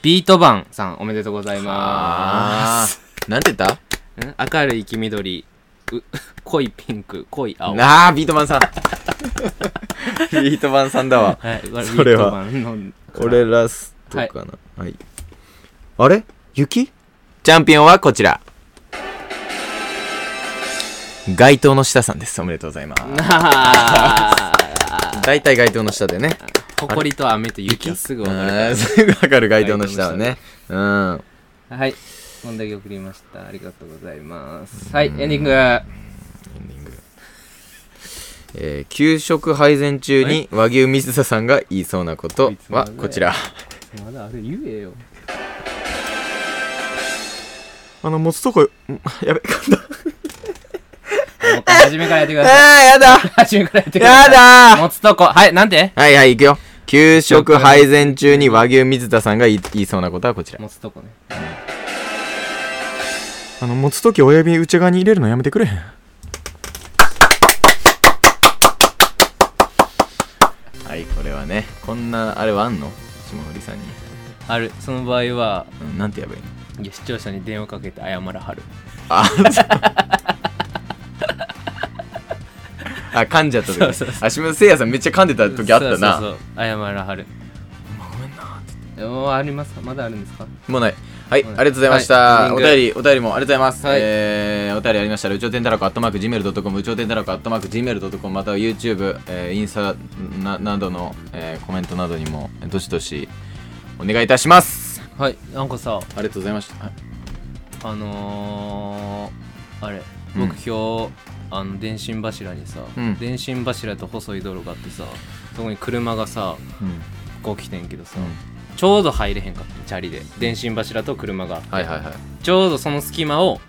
ビートバンさん、おめでとうございまあー。 なんて言ったす。ん明るい黄緑、う 濃いピンク、濃い青。はあー、ビートマ ンさん。ビートマンさんだわ。い、こそれはビートバンの俺ラストかな。はい。あれ雪チャンピオンはこちら。街灯の下さんです。おめでとうございます。 あ大体街灯の下でね。ー、ほこりと雨と雪すぐう分かるん、すぐわかる街灯の下はね。うん。はい。こんだけ送りました。ありがとうございます。はい、エンディング。はエンディング。えー給食配膳中に和牛水田さんが言いそうなことはこちら。まだあれ言えよ。あの、持つとこ、やべ、噛んだ。もっと初めからやってくだ さい。 あー、やだ初めからやってくださやい。だー持つとこ。はい、なんてはいはい、行くよ。給食配膳中に和牛水田さんが言い言いそうなことはこちら。持つとこね。あの、持つとき親指内側に入れるのやめてくれへん。はい、これはね、こんな、あれはあんの霜降りさんに。ある、その場合は、うん、なんてやばいのいや視聴者に電話かけて謝らはる。あ、噛んじゃった時そうそうあ、しもせいやさんめっちゃ噛んでた時あっそたな。うそうそう。謝らはる。ごめんなもうありますかまだあるんですかもうない。はい、もあうないりがとうございました。はいお便り、お便りもありがとうございます。はいえーお便りありましたら、うちょうてんたらこ、アットマーク、gmail.com、うちょうてんたらこ、アットマーク、gmail.com、または YouTube、えーインスタななどの、えーコメントなどにも、どしどし、お願いいたします。はい、なんかさ、ありがとうございました。あのー、あれ、うん僕今日、あの電信柱にさ、うん電信柱と細い道路があってさそこに車がさうん。こう来てんけどさ、うんちょうど入れへんかったチャリで電信柱と車があって、はいはいはい。ちょうどその隙間を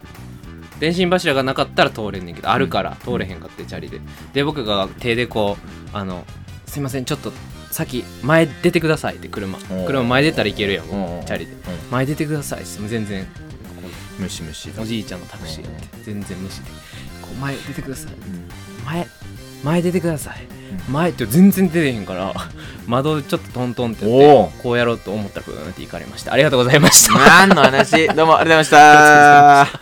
電信柱がなかったら通れんねんけどあるから通れへんかってチャリでで僕が手でこうあのすいませんちょっと先前出てくださいって車ー車前出たらいけるやん僕おーチャリでうん前出てください全然ムシムシだおじいちゃんのタクシーやって全然無視でこう前出てください前前出てください前って全然出てへんから 窓ちょっとトントンってやおっおてこうやろうと思ったらブーンって行かれましたありがとうございました何の話どうもありがとうございました